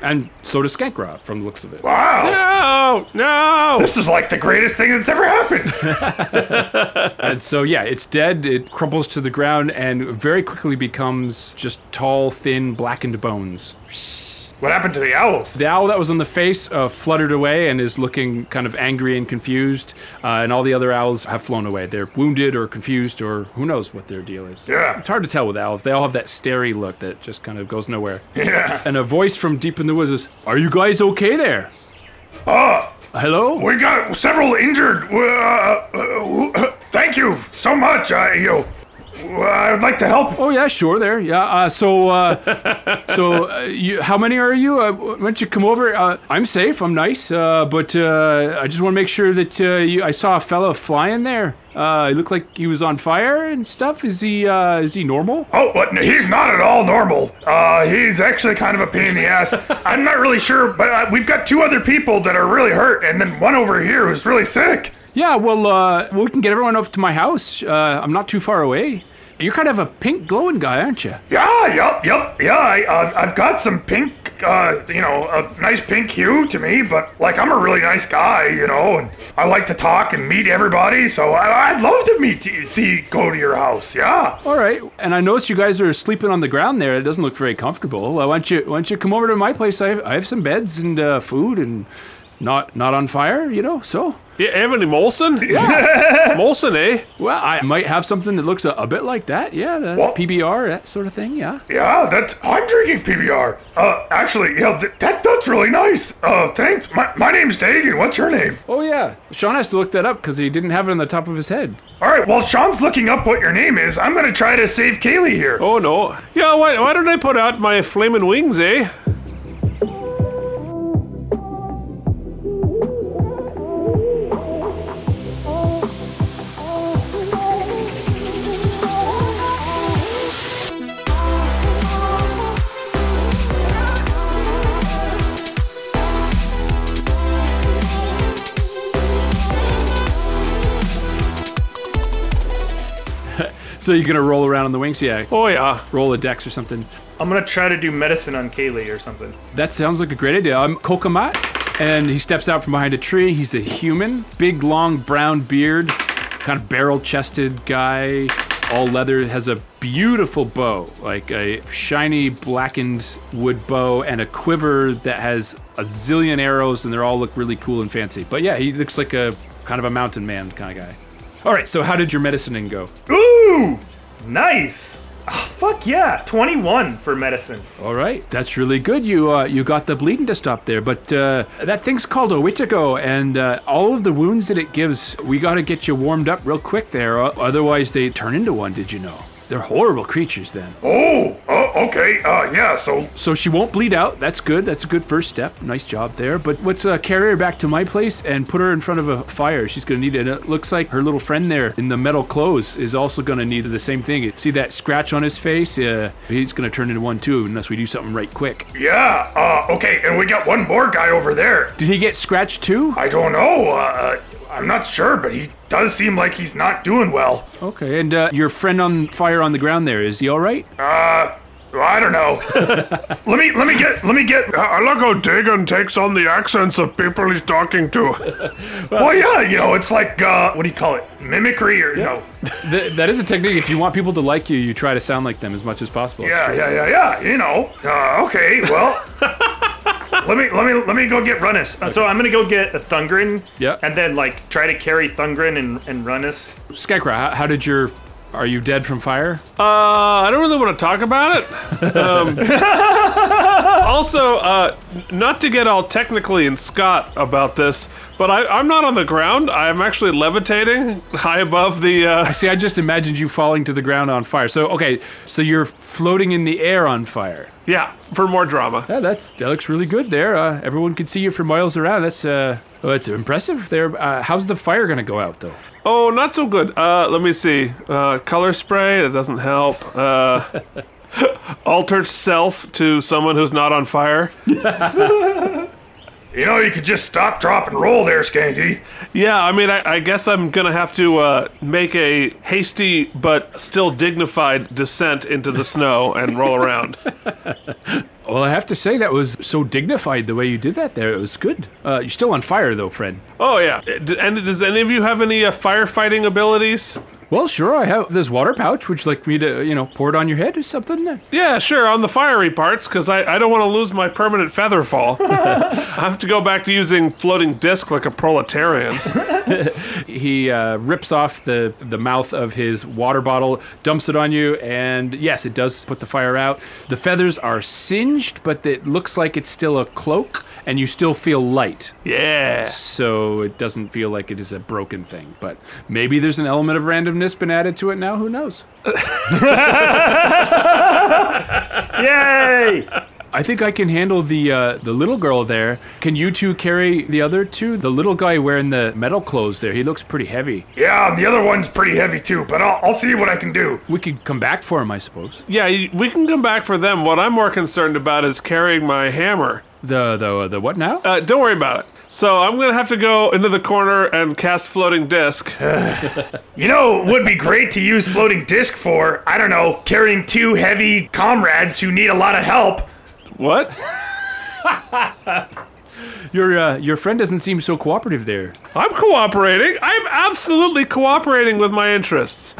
S1: And so does Skankra from the looks of it.
S3: Wow.
S4: No! No!
S3: This is like the greatest thing that's ever happened.
S1: And so yeah, it's dead. It crumbles to the ground and very quickly becomes just tall, thin, blackened bones.
S7: What happened to the owls?
S1: The owl that was on the face uh, fluttered away and is looking kind of angry and confused, uh, and all the other owls have flown away. They're wounded or confused or who knows what their deal is.
S7: Yeah.
S1: It's hard to tell with owls. They all have that starey look that just kind of goes nowhere.
S7: Yeah.
S1: And a voice from deep in the woods is, Are you guys okay there?
S7: Ah,
S1: Hello?
S7: we got several injured. Uh, uh, uh, thank you so much. I, you, I would like to help.
S1: Oh, yeah, sure, there. Yeah, uh, so, uh, so, uh, you, how many are you? Uh, why don't you come over? Uh, I'm safe, I'm nice, uh, but uh, I just want to make sure that uh, you, I saw a fellow flying there. Uh, he looked like he was on fire and stuff. Is he, uh, is he normal?
S7: Oh, but n- he's not at all normal. Uh, he's actually kind of a pain in the ass. I'm not really sure, but uh, we've got two other people that are really hurt, and then one over here who's really sick.
S1: Yeah, well, uh, we can get everyone up to my house. Uh, I'm not too far away. You're kind of a pink glowing guy, aren't you?
S7: Yeah, yep, yep, yeah. I, uh, I've got some pink, uh, you know, a nice pink hue to me, but like I'm a really nice guy, you know, and I like to talk and meet everybody. So I, I'd love to meet, you, see, go to your house. Yeah.
S1: All right. And I noticed you guys are sleeping on the ground there. It doesn't look very comfortable. Uh, why don't you why don't you come over to my place? I have, I have some beds and uh, food and not not on fire, you know. So
S4: Yeah, Anthony Molson? Molson, eh?
S1: well, I might have something that looks a, a bit like that. Yeah, that's
S7: What?
S1: PBR, that sort of thing. Yeah.
S7: Yeah, that's. I'm drinking PBR. Uh, actually, yeah, th- that that's really nice. Uh, thanks. My, my name's Dagan. What's your name?
S1: Oh yeah. Sean has to look that up because he didn't have it on the top of his head.
S7: All right. While Sean's looking up what your name is, I'm gonna try to save Kaylee here.
S4: Oh, no. Yeah, why, why don't I put out my flaming wings, eh?
S1: So you're gonna roll around on the wings, yeah.
S4: Oh, yeah.
S1: Roll a dex or something.
S7: I'm gonna try to do medicine on Kaylee or something.
S1: That sounds like a great idea. I'm Kokomat, and he steps out from behind a tree. He's a human, big, long, brown beard, kind of barrel-chested guy, all leather. Has a beautiful bow, like a shiny blackened wood bow, and a quiver that has a zillion arrows, and they all look really cool and fancy. But yeah, he looks like a kind of a mountain man kind of guy. All right, so how did your medicining go?
S7: Ooh, nice. Ah, fuck yeah, 21 for medicine.
S1: All right, that's really good. You uh, you got the bleeding to stop there, but uh, that thing's called a Wittigo, and uh, all of the wounds that it gives, we got to get you warmed up real quick there. o- Otherwise, they turn into one. Did you know? They're horrible creatures. Then,
S7: Oh, oh, okay. Uh, yeah. So,
S1: so she won't bleed out. That's good. That's a good first step. Nice job there. But let's uh, carry her back to my place and put her in front of a fire. She's gonna need it. And It looks like her little friend there in the metal clothes is also gonna need the same thing. See that scratch on his face? Uh, he's gonna turn into one too, unless we do something right quick.
S7: yeah. Uh, okay. And we got one more guy over there.
S1: Did he get scratched too?
S7: I don't know. Uh, uh, I'm not sure, but he does seem like he's not doing well.
S1: Okay, and uh, your friend on fire on the ground there, is he all right?
S7: Well, I don't know. let me let me get let me get. Uh,
S8: I like how Dagon takes on the accents of people he's talking to.
S7: well, yeah. You know, it's like uh, what do you call it? Mimicry or no?
S1: Th- that is a technique. If you want people to like you, you try to sound like them as much as possible.
S7: Yeah, yeah, yeah, yeah. You know. Uh, okay. Well. Let me let me let me go get Runus. Uh, So I'm gonna go get a Thungren,
S1: Yeah.
S7: and then like try to carry Thungren and and Runus.
S1: Skycra, how, how did your. Are you dead from fire?
S4: Uh, I don't really want to talk about it. Um, also, uh, not to get all technically in Scott about this, but I, I'm not on the ground. I'm actually levitating high above the. Uh,
S1: See, I just imagined you falling to the ground on fire. So, okay, so you're floating in the air on fire.
S4: yeah, for more drama.
S1: Yeah, that's, that looks really good there. Uh, everyone can see you for miles around. That's uh, oh, that's impressive there. Uh, how's the fire going to go out, though?
S4: Oh, not so good. Uh, let me see. Uh, color spray that doesn't help. Uh, alter self to someone who's not on fire.
S7: You know, you could just stop, drop, and roll there, Skanky.
S4: Yeah, I mean, I, I guess I'm gonna have to uh, make a hasty but still dignified descent into the snow and roll around.
S1: Well, I have to say, that was so dignified the way you did that there. It was good. Uh, you're still on fire, though, Fred.
S4: Oh yeah. D- And does any of you have any uh, firefighting abilities?
S1: well, sure, I have this water pouch. Would you like me to, you know, pour it on your head or something?
S4: Yeah, sure, on the fiery parts, because I, I don't want to lose my permanent feather fall. I have to go back to using floating disc like a proletarian.
S1: He uh, rips off the, the mouth of his water bottle, dumps it on you, and yes, it does put the fire out. The feathers are singed, but it looks like it's still a cloak, and you still feel light.
S4: yeah.
S1: So it doesn't feel like it is a broken thing. But maybe there's an element of randomness been added to it now. Who knows?
S3: Yay!
S1: I think I can handle the uh, the little girl there. Can you two carry the other two? The little guy wearing the metal clothes there. He looks pretty heavy.
S3: yeah, and the other one's pretty heavy too, but I'll, I'll see what I can do.
S1: We could come back for him, I suppose.
S4: Yeah, y- we can come back for them. What I'm more concerned about is carrying my hammer.
S1: The the the what now?
S4: Uh, don't worry about it. So I'm gonna have to go into the corner and cast floating disc.
S3: You know, what would be great to use floating disc for, I don't know, carrying two heavy comrades who need a lot of help.
S4: What?
S1: Your uh, your friend doesn't seem so cooperative there.
S4: I'm cooperating. I'm absolutely cooperating with my interests.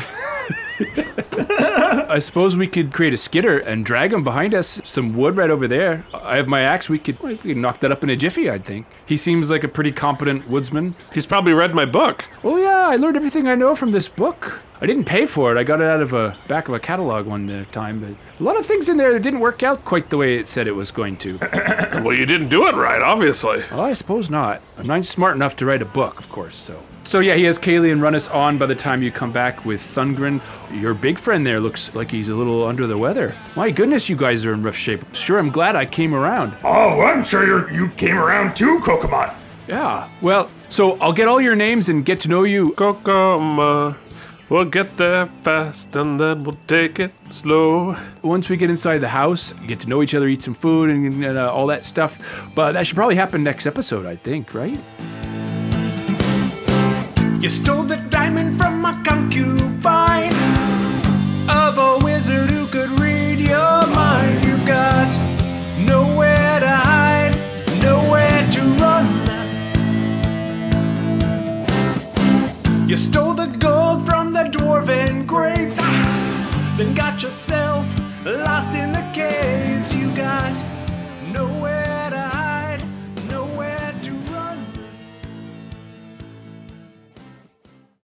S1: I suppose we could create a skitter and drag him behind us. Some wood right over there. I have my axe. We could we could knock that up in a jiffy. I'd think. He seems like a pretty competent woodsman.
S4: He's probably read my book.
S1: Oh yeah, I learned everything I know from this book. I didn't pay for it. I got it out of a back of a catalog one uh, time, but a lot of things in there that didn't work out quite the way it said it was going to.
S4: Well, you didn't do it right, obviously.
S1: Well, I suppose not. I'm not smart enough to write a book, of course, so. So yeah, he has Kalian run us on by the time you come back with Thungren. Your big friend there looks like he's a little under the weather. My goodness, you guys are in rough shape. Sure, I'm glad I came around.
S3: Oh, I'm sure you're, you came around too, Kokomon.
S1: Yeah. Well, so I'll get all your names and get to know you.
S4: Kokoma. We'll get there fast and then we'll take it slow.
S1: Once we get inside the house, you get to know each other, eat some food, and, and, uh, all that stuff. But that should probably happen next episode, I think, right?
S9: You stole the diamond from my concubine of a wizard who could read your mind. You've got nowhere to hide, nowhere to run. You stole the gold from the dwarven graves, then got yourself lost in the